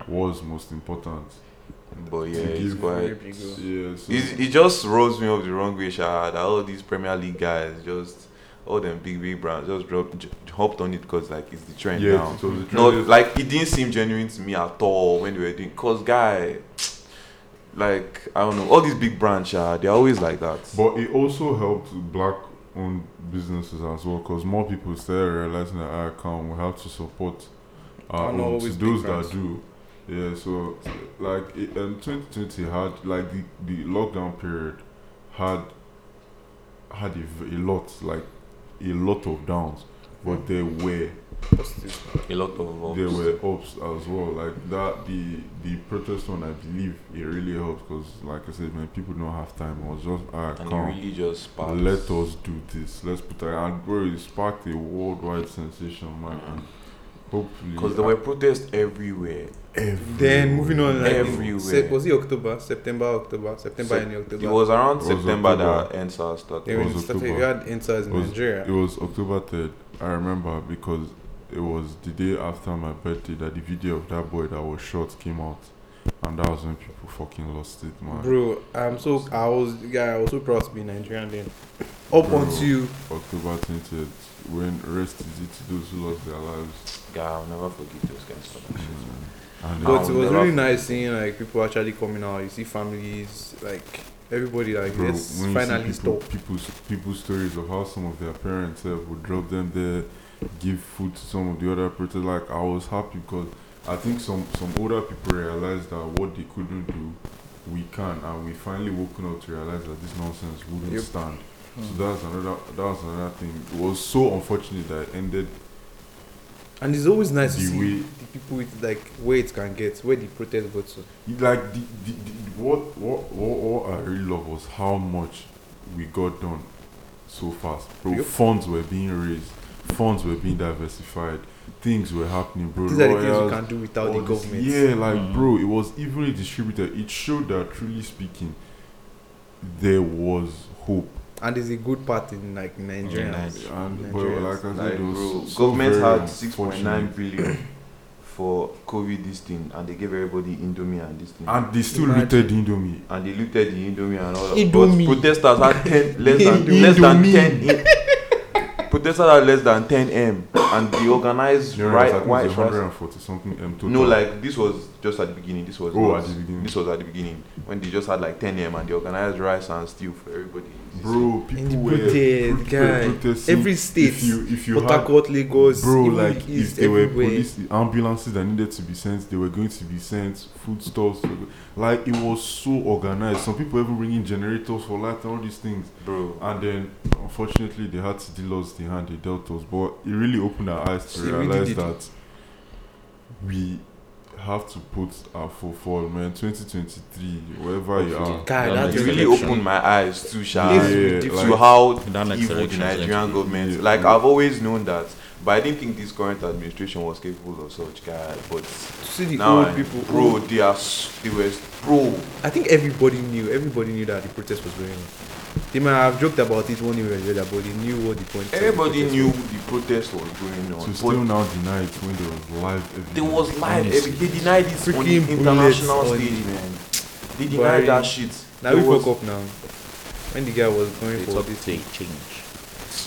was most important.
But yeah,
To
it's
give-
quite.
Very big role.
Yeah, so
It, it just rubs me up the wrong way, Sha. That all these Premier League guys, just all them big big brands, just dropped, j- hopped on it because like it's the trend
yeah,
now.
it was the
No,
trend.
like it didn't seem genuine to me at all when they were doing. Cause guy, like I don't know, all these big brands, yeah, they're always like that.
But it also helped black owned businesses as well because more people started realizing that I can we have to support our
And not
own to
always
those
big brands.
that do. Yeah, so like it, um, 2020 had like the, the lockdown period had had a, v- a lot like a lot of downs, but there were
a lot of ups.
there were ups as well. Like that, the the protest one, I believe it really helped because, like I said, man, people don't have time. It was just ah,
and
come.
it really just sparked.
Let us do this. Let's put that. And bro, it sparked a worldwide sensation, man. And hopefully,
Because there were protests everywhere.
everywhere.
Then moving on, like
Everywhere.
Sep- was it October, September, October, September,
Sep-
and
It
October?
was around
It was
September
October.
that NSAS started.
They were
it was
started,
October.
we had enters in
It was-
Nigeria.
It was October third. I remember because it was the day after my birthday that the video of that boy that was shot came out, and that was when people fucking lost it, man.
Bro, I'm so I was yeah, I was so proud to be Nigerian then. Up
Bro.
until
October twentieth, when rest is it to those who lost their lives. Mm.
Guy, I'll never forgive those guys for that shit.
And
Go
But
Now
it
we
was
never-
really nice seeing like people actually coming out. You see families, like everybody, like
Bro,
let's
when you see
finally
people,
stop.
People's people's stories of how some of their parents uh, would drop them there, give food to some of the other people. Like I was happy because I think some some older people realized that what they couldn't do, we can, and we finally woken up to realize that this nonsense wouldn't
Yep. Mm.
stand. So that's another that's another thing. It was so unfortunate that it ended
And it's always nice to
The
see
way-
the people with, like where it can get, where the protest go to.
like the, the, the what, what what what I really love was how much we got done so fast. Bro,
Yep.
funds were being raised, funds were being diversified. things were happening, bro.
These are the things you
Royals,
can do without the
all this-
government.
Yeah, like
Mm.
bro, it was evenly distributed. It showed that truly speaking, there was hope.
And it's a good part in like Nigeria.
Nice.
And but
Nigerians,
like I said,
Like,
it was
bro,
so
government
very
had 6.9
unfortunate.
billion for COVID this thing, and they gave everybody Indomie and this thing.
and they still
Imagine.
looted Indomie.
and they looted the Indomie and all that.
Indomie.
But protesters had ten less than less than
Indomie.
ten. In, protesters had less than ten m, and they organized
No,
right
right,
white
right, 140 something M total.
No, like this was just at the beginning. This was
oh,
not-
at the beginning,
this was at the beginning when they just had like ten m and they organized rice and stew for everybody.
bro, people
In the
were
protest,
people were
guy.
protesting.
Every state,
if you if you
Port
had
Harcourt, Lagos,
bro
even
like if
East,
there were
everywhere.
police ambulances that needed to be sent they were going to be sent food stores like it was so organized some people even bringing generators for light and all these things
bro,
and then unfortunately they had to deal us the hand they dealt us but it really opened our eyes to
It really
realize
did.
that we have to put our full forward man 2023 wherever you are
Guy,
That
that
it
next
really
election.
opened my eyes to sha
Yes,
to
we did.
like-
how
That next
evil the
election is
Nigerian
empty.
government.
Yeah.
Like I've always known that, but I didn't think this current administration was capable of such guy. But
see the
now
old
I-
people. oh.
bro,
old-
they are s- they were s- bro.
I think everybody knew. Everybody knew that the protest was going on. They might have joked about it one way or the other, but they knew what the point. of the
Everybody
protest
knew
was.
the protest was going on,
to
but
still now deny it when there was live evidence.
there was live.
Honestly.
evi- They denied it on the
Freaking
international
bullets on
stage,
the-
man. They
Barry.
denied that shit.
Now
There
we
was-
woke up now. When the guy was going
It's
for
up
this
to a change.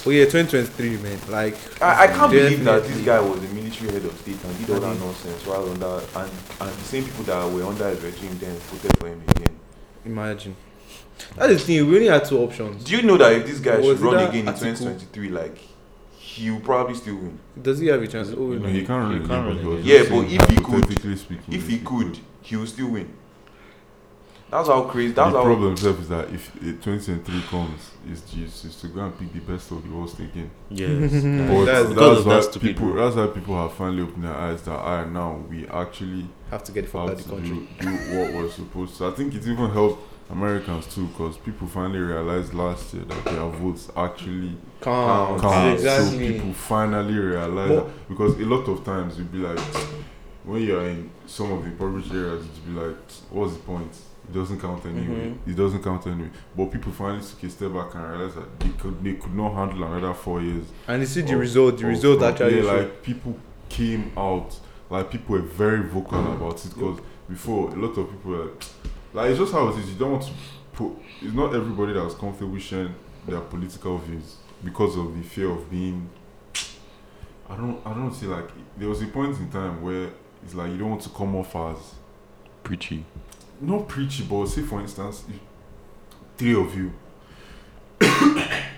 Oh yeah, 2023, man. Like
I, I can't believe that
Definitely.
this guy was the military head of state and did all that
Mhm.
nonsense while under and, and the same people that were under his regime then voted for him again.
imagine. That's the thing. We only had two options.
Do you know that if this guy
Was
should
it
run
that
again in
article?
2023, like he'll probably still win.
Does he have a chance? Oh,
No,
no.
he can't
You
really.
can't
but he was
really.
just
Yeah, but
saying
if he could-
hypothetically speaking,
If he could, he will still win. That's how crazy.
The
That's how
problem itself is that if uh, 2023 comes, is just is to go and pick the best of the worst again.
Yes.
Mm,
But
That's-
that's,
because of that
why
stupid
people.
rule.
That's why people have finally opened their eyes that I now we actually
have to get the fuck out
have
of the
to
country.
do, do what we're supposed to. I think it even helped Americans too, because people finally realized last year that their votes actually
Calm.
Calm. So
Exactly.
people finally realize
Mo-
that. because a lot of times you'll be like, when you're in some of the impoverished areas, you'll be like, what's the point? It doesn't count anyway.
Mm-hmm.
It doesn't count anyway. But people finally took a step back and realized that they could they could not handle another four years.
And you see the
of-
result. The
of-
result
of-
actually.
Oh, yeah,
showed.
like people came out, like people were very vocal about it because before a lot of people were like, like it's just how it is. You don't want to put. It's not everybody that was comfortable sharing their political views because of the fear of being. I don't. I don't see like there was a point in time where it's like you don't want to come off as
preachy.
not preachy, but say for instance, if three of you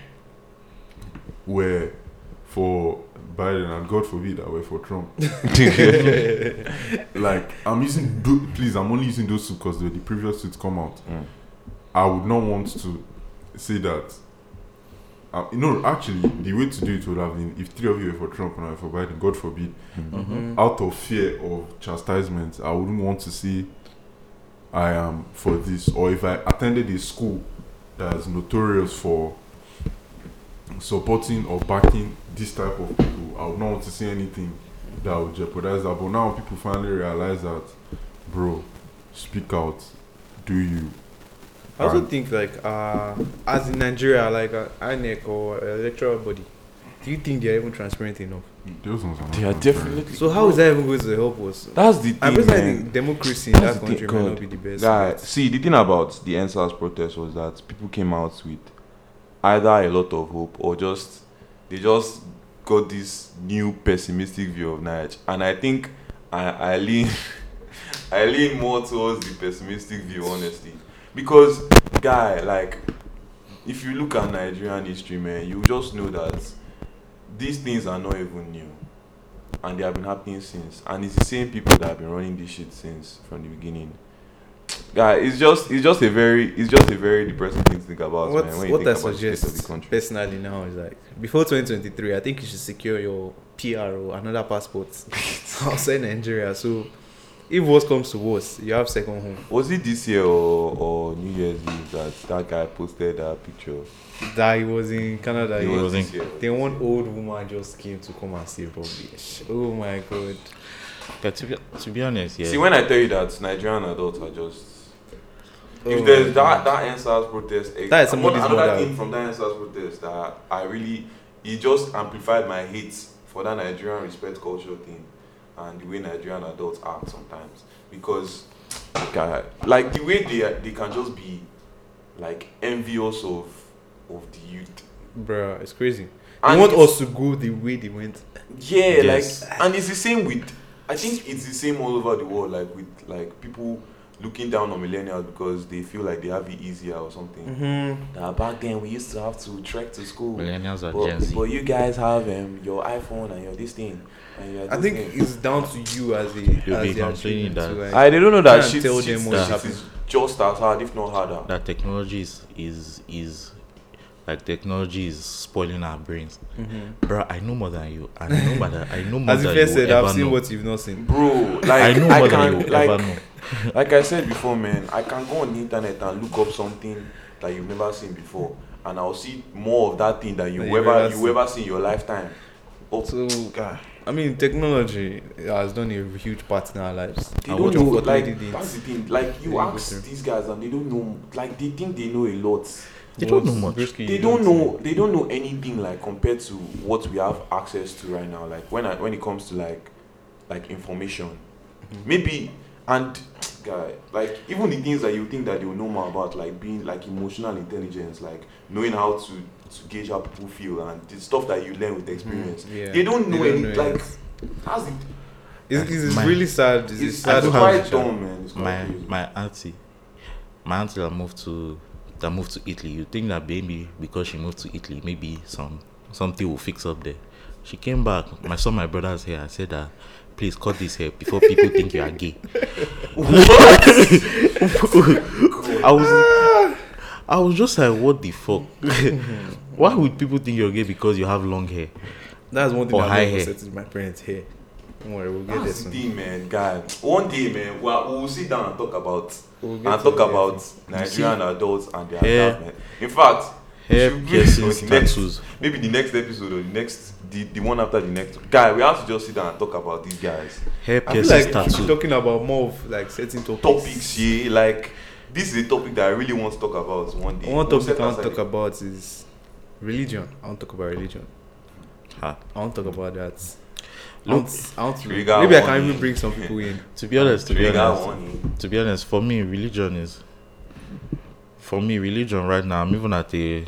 were for Biden, and God forbid that were for Trump. like I'm using, do, please, I'm only using those two because the previous two to come out.
Mm.
I would not want to say that. Uh, no, actually, the way to do it would have been if three of you were for Trump and I were for Biden. God forbid,
Mhm.
out of fear of chastisement, I wouldn't want to say I am for this, or if I attended a school that is notorious for supporting or backing this type of people, I would not want to say anything that would jeopardize that. But now people finally realize that, bro, speak out, do you?
I also
And-
think like uh, as in Nigeria, like uh, INEC or electoral body. Do you think they're even transparent enough?
Those ones are not
They are
transparent.
definitely.
So how is that even going to help us?
That's the thing.
I feel
man.
like the democracy in
That's
that
the thing,
country may
God.
not be the best.
Guy,
but-
see the thing about the NSAS protest was that people came out with either a lot of hope or just they just got this new pessimistic view of Nige. And I think I, I lean I lean more towards the pessimistic view honestly. Because guy, like if you look at Nigerian history, man, you just know that these things are not even new. And they have been happening since. And it's the same people that have been running this shit since from the beginning. Guy, it's just it's just a very it's just a very depressing thing to think about,
what
man. When you
what
think
I
about the state of
suggest
the country.
personally now is like before 2023, I think you should secure your PR or another passport outside Nigeria. So if worse comes to worse, you have second home.
Was it this year or, or New Year's Eve that that guy posted that picture?
That he was in Canada.
It
he
was
was
this year.
then one old woman just came to come and see rubbish. Oh my god.
But to be, to be honest, yeah.
See, when I tell you that Nigerian adults are just.
Oh
if there's
my
that that NSAS protest, eh,
That is
another-
somebody's
another
mother.
thing from that NSAS protest that I really it just amplified my hate for that Nigerian respect culture thing and the way Nigerian adults act sometimes because guy, like the way they are- they can just be like envious of of the youth.
Bro, it's crazy. They
And
want
it's-
us to go the way they went.
Yeah,
Yes.
like, and it's the same with. I think it's the same all over the world, like with like people looking down on millennials because they feel like they have it easier or something.
Mm-hmm.
Nah, back then we used to have to trek to school,
millennials are Gen
but,
Z.
but you guys have um, your iPhone and your this thing and your. This
I think
thing.
it's down to you as a
You'll
as
be
the
complaining
achievement to, like,
that-
I don't know
that
that
can't shit-
shit,
tell shit- them what's shit
is
is
just as hard, if not harder.
that technology is, is is like technology is spoiling our brains.
Mm-hmm.
Mhm.
Bro, I know more than you. I know more than I know more
As
than
if I
you
said,
ever
I've seen
know.
what you've not seen.
Bro, like
I know more than
can,
you
like,
ever know.
like I said before, man, I can go on the internet and look up something that you've never seen before, and I'll see more of that thing that you
That
ever
you've never
you ever seen in your lifetime. Oh,
So
God.
I mean, technology has done a huge part in our lives.
They
And
don't
what
know,
of what
like
they did.
that's the thing. Like you
They didn't go
ask
through.
these guys, and they don't know. Like they think they know a lot.
They don't know
Was
much.
risky,
They
you
don't
see.
know. They don't know anything like compared to what we have access to right now. Like when I, when it comes to like like information, maybe and guy like even the things that you think that they will know more about, like being like emotional intelligence, like knowing how to to gauge how people feel and the stuff that you learn with experience.
Yeah.
They don't know any
it.
like. That's it.
It's, it's
My-
really sad. It's,
It's,
sad.
it's
don't
how-
quite
have-
dumb, man. It's quite
my
crazy.
my auntie my auntie that moved to that moved to italy you think that maybe because she moved to italy maybe some something will fix up there she came back my son my brother's hair i said that please cut this hair before people think you are gay i was i was just like what the fuck why would people think you're gay because you have long hair
That's one thing
Or
that
high
I've never
hair.
said to my parents here. Don't worry, we'll get there
That's the
soon.
thing, man, guy. One day, man, we are- we will sit down and talk about
We'll get
and
to
talk
it.
about Nigerian adults and their
Hair-
yeah. man. In fact, we
hair
should-
piercings
on the next-
tattoos
maybe the next episode or the next the, the one after the next guy, we have to just sit down and talk about these guys
hair
I feel
piercings
like we
tattoos
should be talking about more of like certain topics.
topics. Yeah, like this is a topic that I really want to talk about one day.
One
We'll
topic
set
I want to
aside
talk about is religion. I want to talk about religion.
Ah.
I want to talk about that. I
Look,
want, I want to, maybe
trigger
I can
warning.
even bring some people in.
to be honest to
a
be
trigger
honest
warning.
to be honest, for me, religion is. For me, religion right now, I'm even at a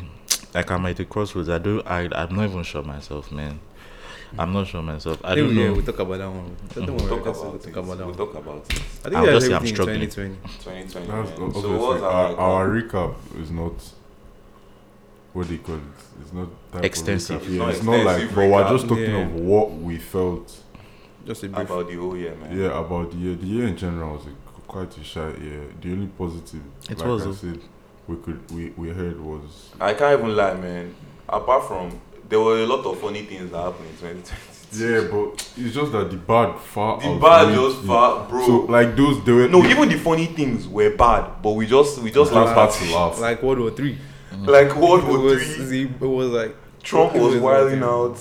like I'm at a crossroads. I do I I'm not even sure myself, man. I'm not sure myself. I
think
don't
we,
know.
we talk about that one. Don't
We'll
worry,
talk
that's-
about
we'll
it.
talk about that
We'll talk
one.
about it.
I
I'll
think that's
just say I'm
everything in 2020.
2020.
That's
man.
obviously
So what's our,
our, our recap is not what do you call it? It's not type of
Extensive.
recap.
It's
Yeah,
not
it's not like,
extensive
but we're
recap.
just talking
Yeah.
of what we felt.
Just a brief.
about the whole year, man?
Yeah, about the year. The year in general was a, quite a shy year. The only positive,
It
like
was,
I
oh.
said, we could we we heard was
I can't even lie, man. Apart from there were a lot of funny things that happened in 2020.
yeah, but it's just that the bad far
The
outweighed
bad just
the-
far, bro.
So like those they were
no, even the funny things were bad, but we just we just
Just had
laughed
to
at it.
laugh.
Like World War Three.
Like World
It
War
was,
Three,
the- it was like
Trump
it
was
was
wilding
nothing.
out.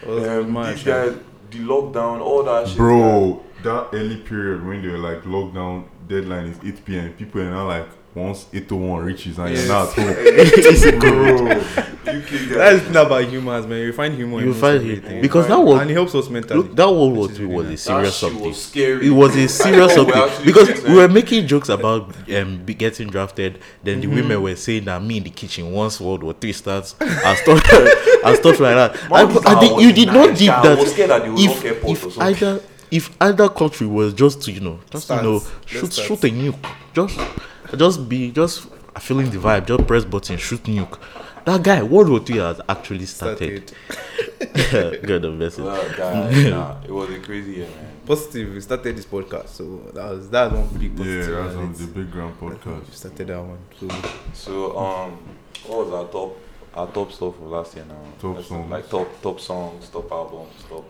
it was
Um,
mad,
these
yeah.
guys, the lockdown, all that shit.
Bro, that early period when they were like lockdown deadline is 8 p.m. People are now like once 801 reaches and you're not
Yes.
at home. Bro,
man. UK guys.
That's the thing about humans, man. You find humor. in
you
most
find
of
it
everything.
because that
Fine.
was
and it helps us mentally.
look, that World War
This is
Two
really
was a
nice.
That
serious
shit
something.
was scary.
It was
I
a serious
know, we're
something
actually eh.
because
doing
we were
that.
making jokes about um be getting drafted. Then the
Mm-hmm.
women were saying that me in the kitchen once World War Three starts and stuff and stuff like that.
Mom is
I, I
our
think you did not
nice
deep
guy. I
that.
was scared that they would knock
If,
airport or
if
something.
either if either country was just to you know just
Start.
you know
Let's
shoot
start.
shoot a nuke just just be just feeling the vibe just press button shoot nuke. That guy World War Three has actually started.
started.
God bless it.
Well, guys, nah, it was a crazy year, man.
Positive. We started this podcast, so that was that was one big
yeah,
positive.
that's on
and
the
it's-
big grand
we
podcast.
started that one. So
So um, what was our top our top stuff of last year now?
Top
Let's-
songs.
like top top songs, top albums, top.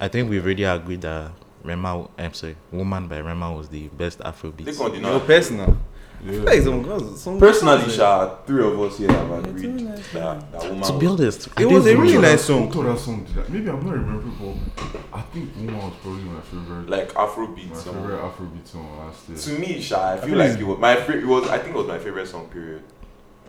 I think we've already agreed that Rema, I'm sorry, Woman by Rema was the best Afrobeat.
This one did
No
not.
personal.
Yeah.
Like some girls, some
Personally,
girls,
Sha, three of us here have
it's
agreed
all right.
that, that woman.
To be honest,
It was a
Who
really
thought
nice
that-
song.
Who thought that song did that? Maybe I'm not remembering, but I think Uma was probably my favorite.
like Afrobeat
my
song.
favorite Afrobeat song last year.
To me, Sha, I feel
think
like
it's-
it was my fa- it was I think it was my favorite song period.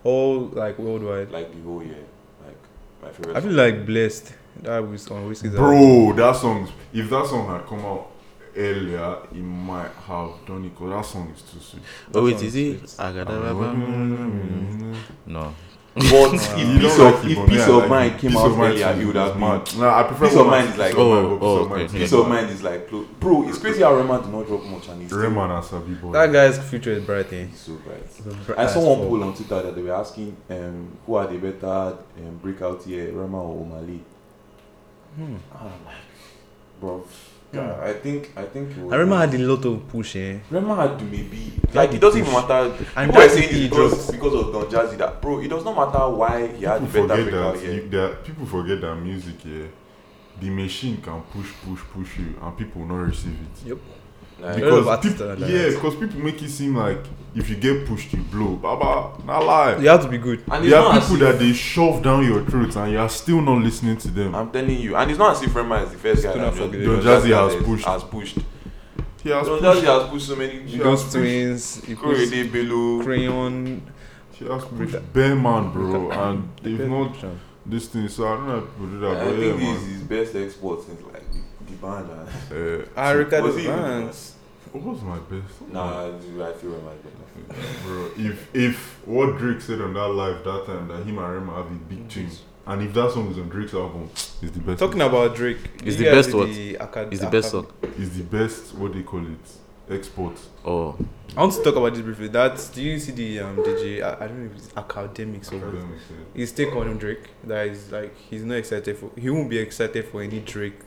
all like worldwide.
Like the whole year, like my favorite.
I feel like blessed. That was on Whiskey's
Bro, that song. If that song had come out earlier, it might have done it. Cause that song is too sweet.
Oh, wait,
That
is
sounds
it?
sweet.
Mm.
mm,
Agadabaram? No.
But
You
if
don't
peace
like
of
it,
if
but me,
peace
I
of
like
mind
it.
came
Peace
out
of Mind
earlier,
is
it would have been.
mad. Nah, I prefer
Peace of
Woman
Mind
to
is like-
Peace of Mind,
Oh,
but Peace
oh,
of Mind is
okay,
Peace
yeah.
mad.
of mind is like clo- bro. It's crazy how Rema did not drop much and he's still
Rema and Asabi Boy.
That guy's future is bright, eh?
he's so bright.
It's a bright
I
as
saw one
fuck.
poll on Twitter that they were asking um, who are the better um, breakout year, Rema or Omali.
Hmm.
I'm like, bro, God, I think I think. it was-
I remember I had a lot of push, eh?
Rema had to maybe
He
like
had
it doesn't
the
even matter.
And
people were
that
saying
EP
it's because,
dropped.
because of Don Jazzy that bro, it does not matter why he had
people
the better
forget
breakout
that,
year.
you, that people forget that music here. The machine can push, push, push you, and people will not receive it.
Like,
A lot of
peop-
artists are like
yeah,
that.
because people make it seem like if you get pushed, you blow. Baba, not lie.
You have to be good.
and it's
There
not
are
as
people
if,
that they shove down your throat, and you are still not listening to them.
I'm telling you, and it's not as if Rema is the first guy.
Still
that
not forget
Don
it. Don Jazzy has
is-
pushed.
Has pushed.
he has
Don
pushed.
Jazzy has pushed so many.
He has
Those
pushed-
twins, you push
Korede Bello.
crayon.
She has pushed bare man, bro, and they've not
Sure.
this thing. So I don't know how people do that,
I
but
think
yeah,
this is
man.
his best export since like the, the band. And,
Uh,
I record
Was
the
he even the
bands.
what was my best?
nah, I feel Rema is better.
Bro, if if what Drake said on that live that time that him and Rema have a big tune, and if that song is on Drake's album, it's the best.
Mm, Talking about Drake,
It's
you
the
guys
best
did
what?
the acad-
It's the best
acad-
song.
it's the best. What they call it, export.
Oh,
I want to talk about this briefly. That do you see the um, DJ? I, I don't know if it's academics or what.
Academics, yeah.
His take on Drake. That is like he's not excited for. He won't be excited for any Drake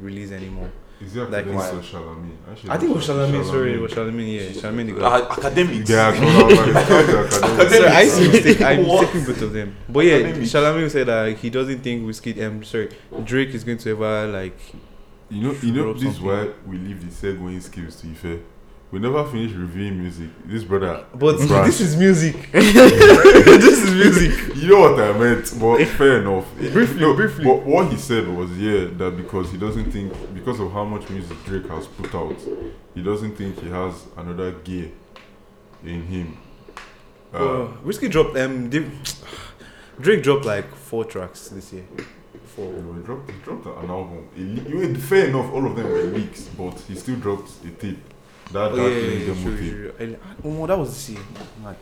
release anymore.
Is it
Like
academics
why?
or Chalamet? Actually,
I think it was Chalamet. Sorry, it was
Chalamet.
Chalamet. Yeah, Chalamet. the guy.
Uh, academics.
Yeah, I thought I was- I thought it was academics.
Sorry, I used to
Academics.
mistake. I
What?
mistaken both of them. But yeah,
Academics.
Chalamet said that he doesn't think Whiskey. Um, sorry, Drake is going to ever like.
You know, you
Should
know,
drop
this is
something.
why we leave the segueing skills to Ife. We never finish reviewing music. This brother,
But
Brad.
this is music. this is music.
you know what I meant, but fair enough.
Eh,
Eh,
Briefly, briefly.
But what he said was, yeah, that because he doesn't think, because of how much music Drake has put out, he doesn't think he has another gear in him. Uh,
Uh, Whiskey dropped. Um, Dave, Drake dropped like four tracks this year.
he
Four.
dropped, he dropped an album. He le- you know, fair enough, all of them were leaks, but he still dropped a tape. That,
Oh,
that
yeah,
thing
yeah, yeah,
demo
true,
tape.
true. And- oh, that was this year. Man.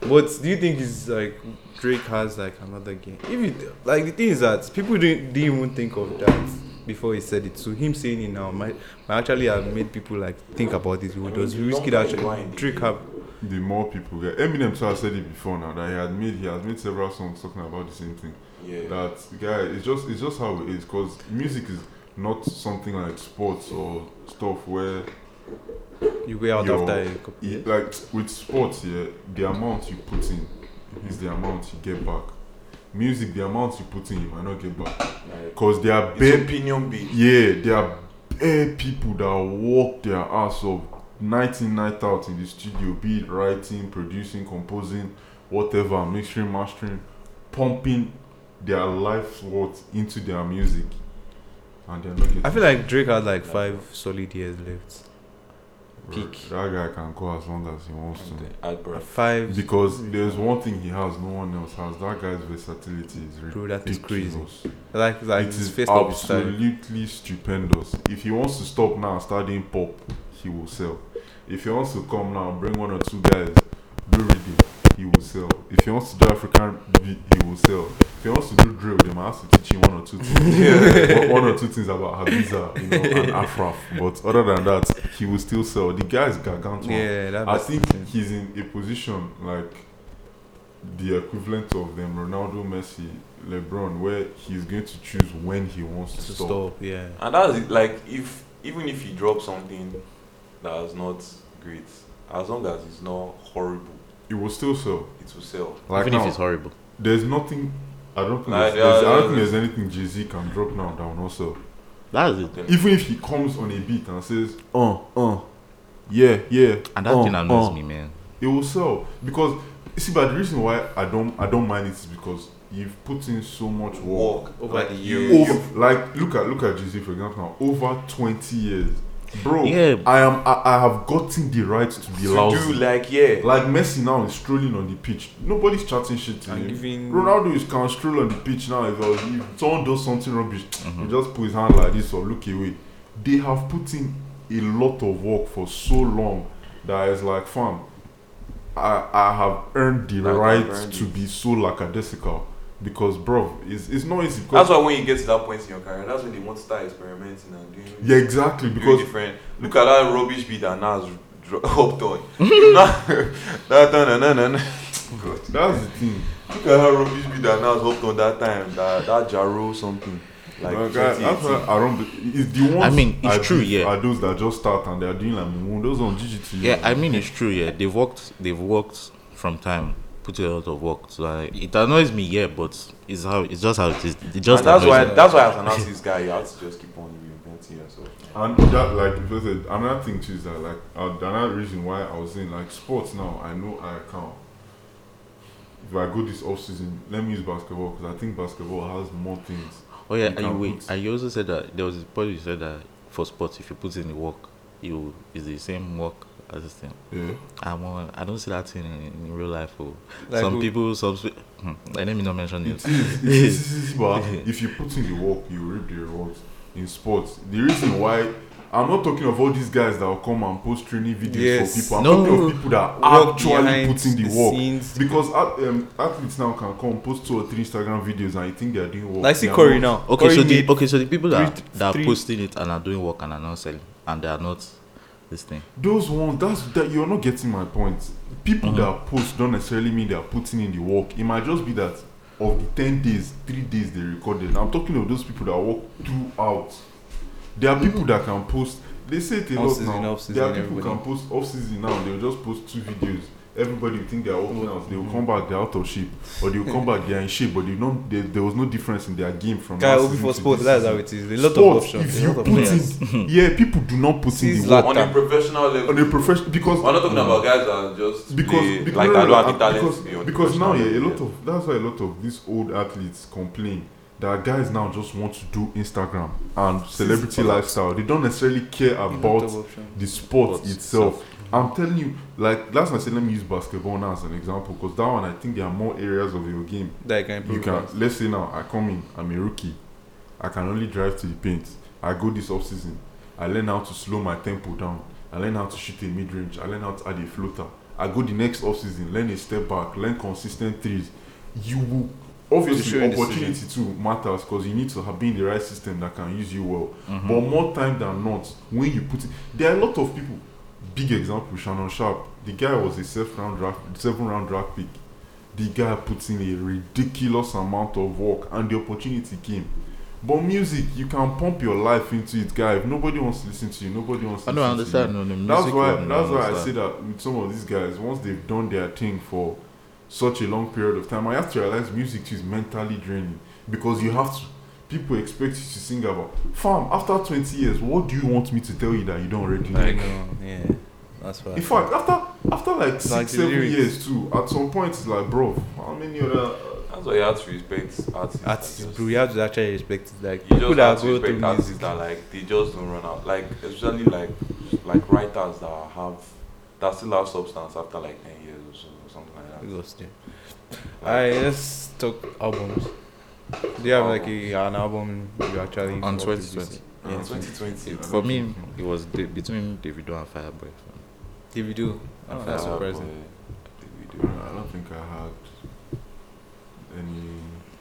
But do you think it's like Drake has like another game? If it, like the thing is that people didn't, didn't even think of that before he said it. So him saying it now might, might actually have made people like think about this. Well,
mean,
does
the longer
Whiskey
you go in
actually
the
Drake
game,
have?
the more people get Eminem so I said it before now that he had made he has made several songs talking about the same thing.
Yeah.
That guy it's just it's just how it is because music is not something like sports or stuff where
You go out
Yo,
after a couple.
it, like with sports yeah the amount you put in is the amount you get back. Music the amount you put in you might not get back
Like,
because there are
it's
bare
opinion based.
yeah there are bare people that work their ass off night in night out in the studio be it writing producing composing whatever mixing mastering pumping their life worth into their music and they're not getting
I feel like Drake had like five solid years left. peak.
that guy can go as long as he wants to
Ad bro.
Five.
because there's one thing he has no one else has that guy's versatility is
Bro, that is crazy.
ridiculous.
Like like
it
his
is
first album style.
absolutely stupendous. If he wants to stop now, start doing pop, he will sell. If he wants to come now, bring one or two guys, do rhythm, he will sell. If he wants to do African beat, he will sell. If he wants to do drill, they might have to teach him one or two things. One- one or two things about Habiza, you know, and Afraf. But other than that, he will still sell. The guy is gargantuan.
Yeah, that
I
was
think
insane.
he's in a position like the equivalent of them Ronaldo, Messi, LeBron, where he's going to choose when he wants to,
to
stop.
stop. Yeah.
And that's it, like if even if he drops something that's not great, as long as it's not horrible,
It will still sell.
it will sell.
Like
even
now,
if it's horrible.
there's nothing. I don't think,
Nah,
there's, there's- I
yeah,
don't think there's anything Jay Z can drop now that will not sell.
That's the thing.
Even if he comes on a beat and says,
Uh, uh.
yeah, yeah,
And that
Oh,
thing annoys
oh.
me, man.
it will sell because you see but the reason why i don't i don't mind it is because you've put in so much work
Walk
over the
over, like look at look at jay for example now over 20 years bro
Yeah.
i am I, I have gotten the right to be
To
lousy
do like yeah.
like messi now is strolling on the pitch nobody's chatting shit to
And
him
giving
ronaldo is can stroll on the pitch now if, uh, if someone does something rubbish
mm-hmm. Mm.
he just put his hand like this or look away they have put in a lot of work for so long that it's like fam I, I have earned the
I have
right
earned
to
it.
be so lackadaisical because bro it's, it's not easy
That's
because
why when you get to that point in your career, that's when they want to start experimenting and doing.
yeah exactly
because
because
different. Look at that rubbish beat that Nas dro- hopped on. Na- that time, na, na, na, na. God.
that's the thing
Look at how rubbish beat that Nas hopped on that time. That that Jaro something. Like
Well, guys, that's
2018.
why I don't be- it's the ones
I mean, it's
I
true,
beef
yeah.
are those that just start and they are doing like Mumu, those on GGT
Yeah, I mean it's true. Yeah, they've worked. They've worked from time. Put in a lot of work. So I, it annoys me. Yeah, but it's how. It's just how it is. It just.
and that's why
annoys me.
that's why as an artist guy you have to just keep on reinventing yourself.
And that, like, because the- another thing too is that, like, uh, the another reason why I was saying, like, sports now, I know I count. If I go this off season, let me use basketball because I think basketball has more things.
Oh yeah.
you
And you
can
wait.
put-
And you also said that there was a point you said that for sports, if you put in the work, you is the same work as the same.
Yeah.
I'm on, I don't see that thing in, in real life. Oh.
Like
some
who?
people, some spe- hmm, like, let me not mention
It
it.
is, it is, it is, but if you put in the work, you reap the rewards in sports. The reason why I'm not talking of all these guys that will come and post training videos
Yes.
for people. I'm
No.
talking of people that
work
actually
behind
put in the work.
scenes.
Because uh, um, athletes now can come post two or three Instagram videos and you think they are doing work.
Like see
They are
Corey
not.
now.
Okay,
Corey
so the
made-
okay, so the people that
three-
that are
three-
posting it and are doing work and are not selling and they are not this thing.
Those ones, that's that you're not getting my point. People that post don't necessarily mean they are putting in the work. It might just be that of the 10 days, three days they recorded. I'm talking of those people that work throughout. There are people that can post, they say it a lot
Off-season,
now.
off-season,
There are people
everybody.
can post off season now, they'll just post two videos. Everybody will think they are working out.
Mm-hmm.
They will come back, they're out of shape. Or they will come back, they're in shape. But they don't, there- there was no difference in their game from
Guy
last
will be
season
for
to
sports.
this
That's
season.
how it is. A lot
Sports,
of options.
If
A
you
lot of
put
players.
in, yeah, people do not put in
Since
the work
On a
Zlatan.
professional level.
on a professional because
We're not talking about guys that just
because,
play,
because
like
no,
that don't
no, no,
have the talent
because,
to be on the
because now
professional
yeah a
level,
lot of that's why a lot of these old athletes complain that guys now just want to do Instagram and celebrity lifestyle. They don't necessarily care about the sport
Sports
itself. I'm telling you, like last night I said, let me use basketball now as an example because that one I think there are more areas of your game
That can
you
improve.
can let's say now I come in, I'm a rookie. I can only drive to the paint. I go this off season. I learn how to slow my tempo down. I learn how to shoot a mid range. I learn how to add a floater. I go the next off season, learn a step back, learn consistent threes. You will obviously
showing
opportunity too matters because you need to have been the right system that can use you well. But
Mm-hmm.
more time than not, when you put it, there are a lot of people. Big example, Shannon Sharp. The guy was a seven round draft, seven round draft pick. The guy put in a ridiculous amount of work, and the opportunity came. But music, you can pump your life into it, guy. If nobody wants to listen to you, nobody wants. to
I know, I
listen to you.
understand. No, no,
That's
music
why.
one,
That's why I say
understand.
that with some of these guys, once they've done their thing for such a long period of time, I have to realize music too is mentally draining because you have to. People expect you to sing about. Fam, after 20 years, what do you want me to tell you that you don't already know?
Like, yeah, that's why.
In fact, after after like, six,
Like the
seven
lyrics.
years too, at some point it's like, bro, how many other?
yeah. That's why you have to respect artists. that
artists,
just-
bro, you have to actually respect it. Like
you
people
just
that
have to
go through
respect artists
music.
that like they just don't run out. Like especially like like writers that have that still have substance after like ten years or so or something like that.
Ghost, yeah. I Oh, let's talk albums. Do you have like a, an album you actually
On
worked
2020.
Yeah,
Yeah,
2020.
For me, it was di- between Davido and Fireboy.
If you do, oh, that's
Uh,
surprising.
but-
I don't think I had any.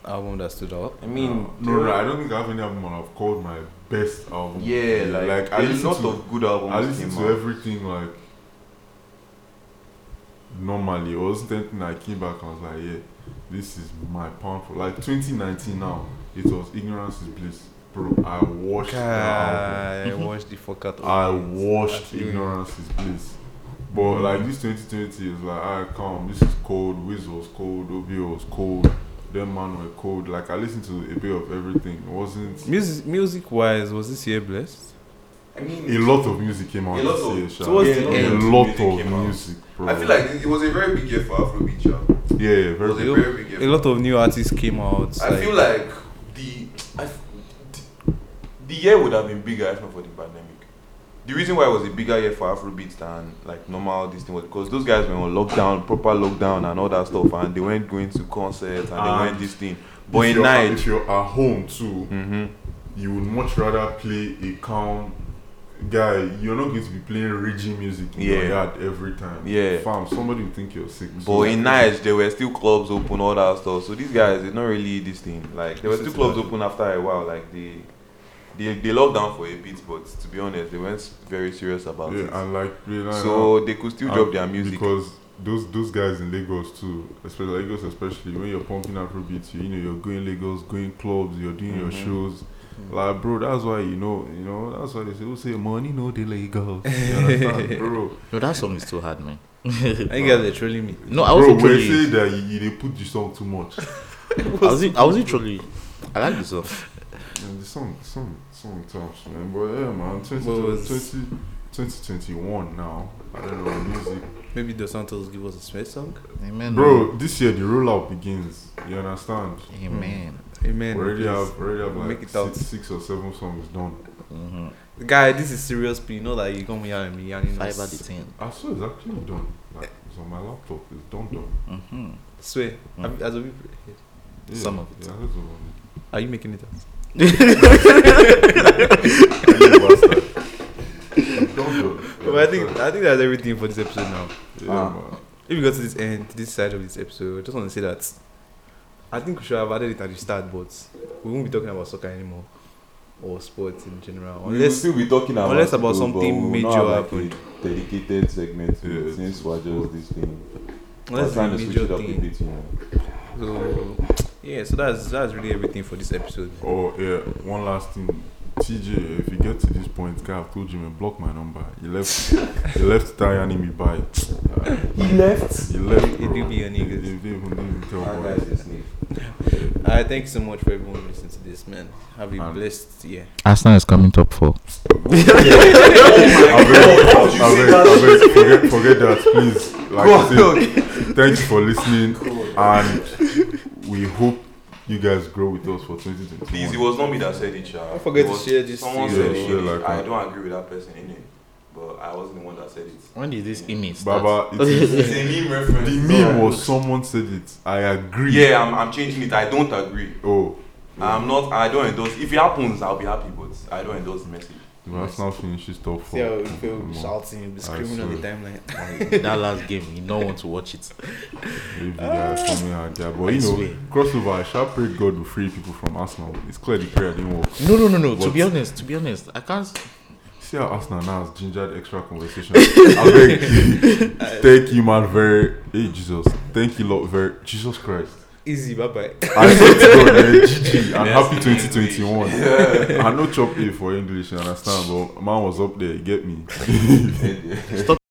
Album that stood out.
I mean,
no, no, no, I don't think I have any album I've called my best album.
yeah, like,
I
there's
listen
a lot
to,
of good albums.
I listen
came
to
out.
everything like normally. It wasn't anything I came back and was like, yeah, this is my pound for like 2019 now. It was Ignorance is Bliss, bro. I watched that album.
I watched the fuck out. of
I
it.
watched
I feel you.
Ignorance is Bliss.
Mm.
But ah, like this 2020 is like, I come, this is cold, Wiz was cold, OB was cold, them man were cold. Like I listened to a bit of everything. It wasn't
Music, music wise, was this year blessed?
I mean,
a lot of music came out
A lot
this
of-
year, sha.
towards the
a
end,
lot
music
of
came out.
music, bro.
I feel like it was a very big year for Afrobeat. sha.
yeah, yeah,
It was
very.
a very big year.
A lot of new artists came out.
I feel like the, I f- the the year would have been bigger if not for the pandemic. The reason why it was a bigger year for Afrobeats than like normal this thing was because those guys were on lockdown, proper lockdown and all that stuff, and they weren't going to concerts and
And
they Ah. weren't this thing. But
if
in
you're-
night,
if you're at home too,
hmm
you would much rather play a calm guy. You're not going to be playing raging music in your
Yeah.
yard every time.
Yeah.
fam, somebody will think you're sick.
but in night there were still clubs open, all that stuff. So these guys, it's not really this thing. Like there were
This
still
is
clubs
bad.
open after a while. Like they they they locked down for a bit, but to be honest, they weren't very serious about it.
yeah, and like really,
so they could still drop
And
their music.
because those those guys in Lagos too, especially Lagos, especially when you're pumping Afrobeat, you, you know you're going Lagos, going clubs, you're doing your
Mhm.
shows. Like bro, that's why you know, you know, that's why they say, "Who say money no the Lagos?" You understand, bro?
No, that song is too hard, man.
I think guys are trolling me.
No, I
bro, we
wasn't trolling.
say
you.
that you, you they put the song too much.
I wasn't, I wasn't trolling. you. I like the song.
And the song, song, song tops, man. But yeah, man, 20,
But was-
20 2021 now. I don't know music,
Maybe Dos Santos give us a space song.
Amen.
bro. This year the rollout begins. You understand?
Amen.
Amen.
We already
please.
have, already have like
Make it
six,
out.
six or seven songs done.
Mm-hmm.
Guy, this is serious. But you know that you come here and me and you know,
Five out of 10
I saw it's actually done. Like it's on my laptop. It's done, done.
Mm-hmm.
Swear.
Mm.
Have you- as a we-
Yeah,
Some of it.
Yeah, that's all.
Are you making it up?
You bastard. It's done, done. You
But I think
understand?
I think that's everything for this episode now.
Yeah,
Ah.
man.
If you got to this end, this side of this episode, I just want to say that I think we should have added it at the start, but we won't be talking about soccer anymore or sports in general.
we will
Unless
still be talking about
unless about
it, but we
something
will not
major
have, like,
happened.
a dedicated segment to it
Yeah.
since we're just this thing.
unless
we're
it's
trying
a
to switch
major
it up a
thing.
bit, you know.
So yeah, so that's that's really everything for this episode.
Oh yeah, one last thing. TJ, if you get to this point, guy, I've told you, man, block my number. You left, you left Ty me by.
He left.
You left.
It- it
bro.
do be your niggas.
You didn't even, didn't even tell
That
boys.
guy's a sniff.
I thank you so much for everyone listening to this, man. Have a
And-
blessed year.
Arsenal is coming top four.
Abeg, abeg, abeg, forget, forget that, please. Like, I said, thanks for listening, and we hope you guys grow with us for 2021.
Please, it was not me that said it, child.
Don't forget
It
to
was-
share this
Someone
to
said
your-
it.
Yeah, like
I
that.
don't agree with that person in it, but I wasn't the one that said it.
When did this image start?
Baba, it is,
It's a meme reference.
the meme was someone said it. I agree.
Yeah, I'm, I'm changing it. I don't agree.
Oh,
I'm not. I don't endorse. If it happens, I'll be happy, but I don't endorse the message.
the Arsenal finishes top four.
See how you
Come
feel
on.
shouting, screaming on the timeline.
that last game, you don't want to watch it.
If you guys come here and there, but
I
you know,
swear.
crossover. I shall pray God will free people from Arsenal. It's clear the prayer didn't work.
No, no, no, no. To
What?
be honest, to be honest, I can't.
See how Arsenal now has gingered extra conversation. I beg you. Thank you, man, very. Hey, Jesus. Thank you, Lord, very. Jesus Christ.
Easy, bye bye.
I said to God, eh, GG, and
Yes,
happy
in
2021.
English.
I know chop A for English, you understand, but man was up there, you get me.
Yeah.
Stop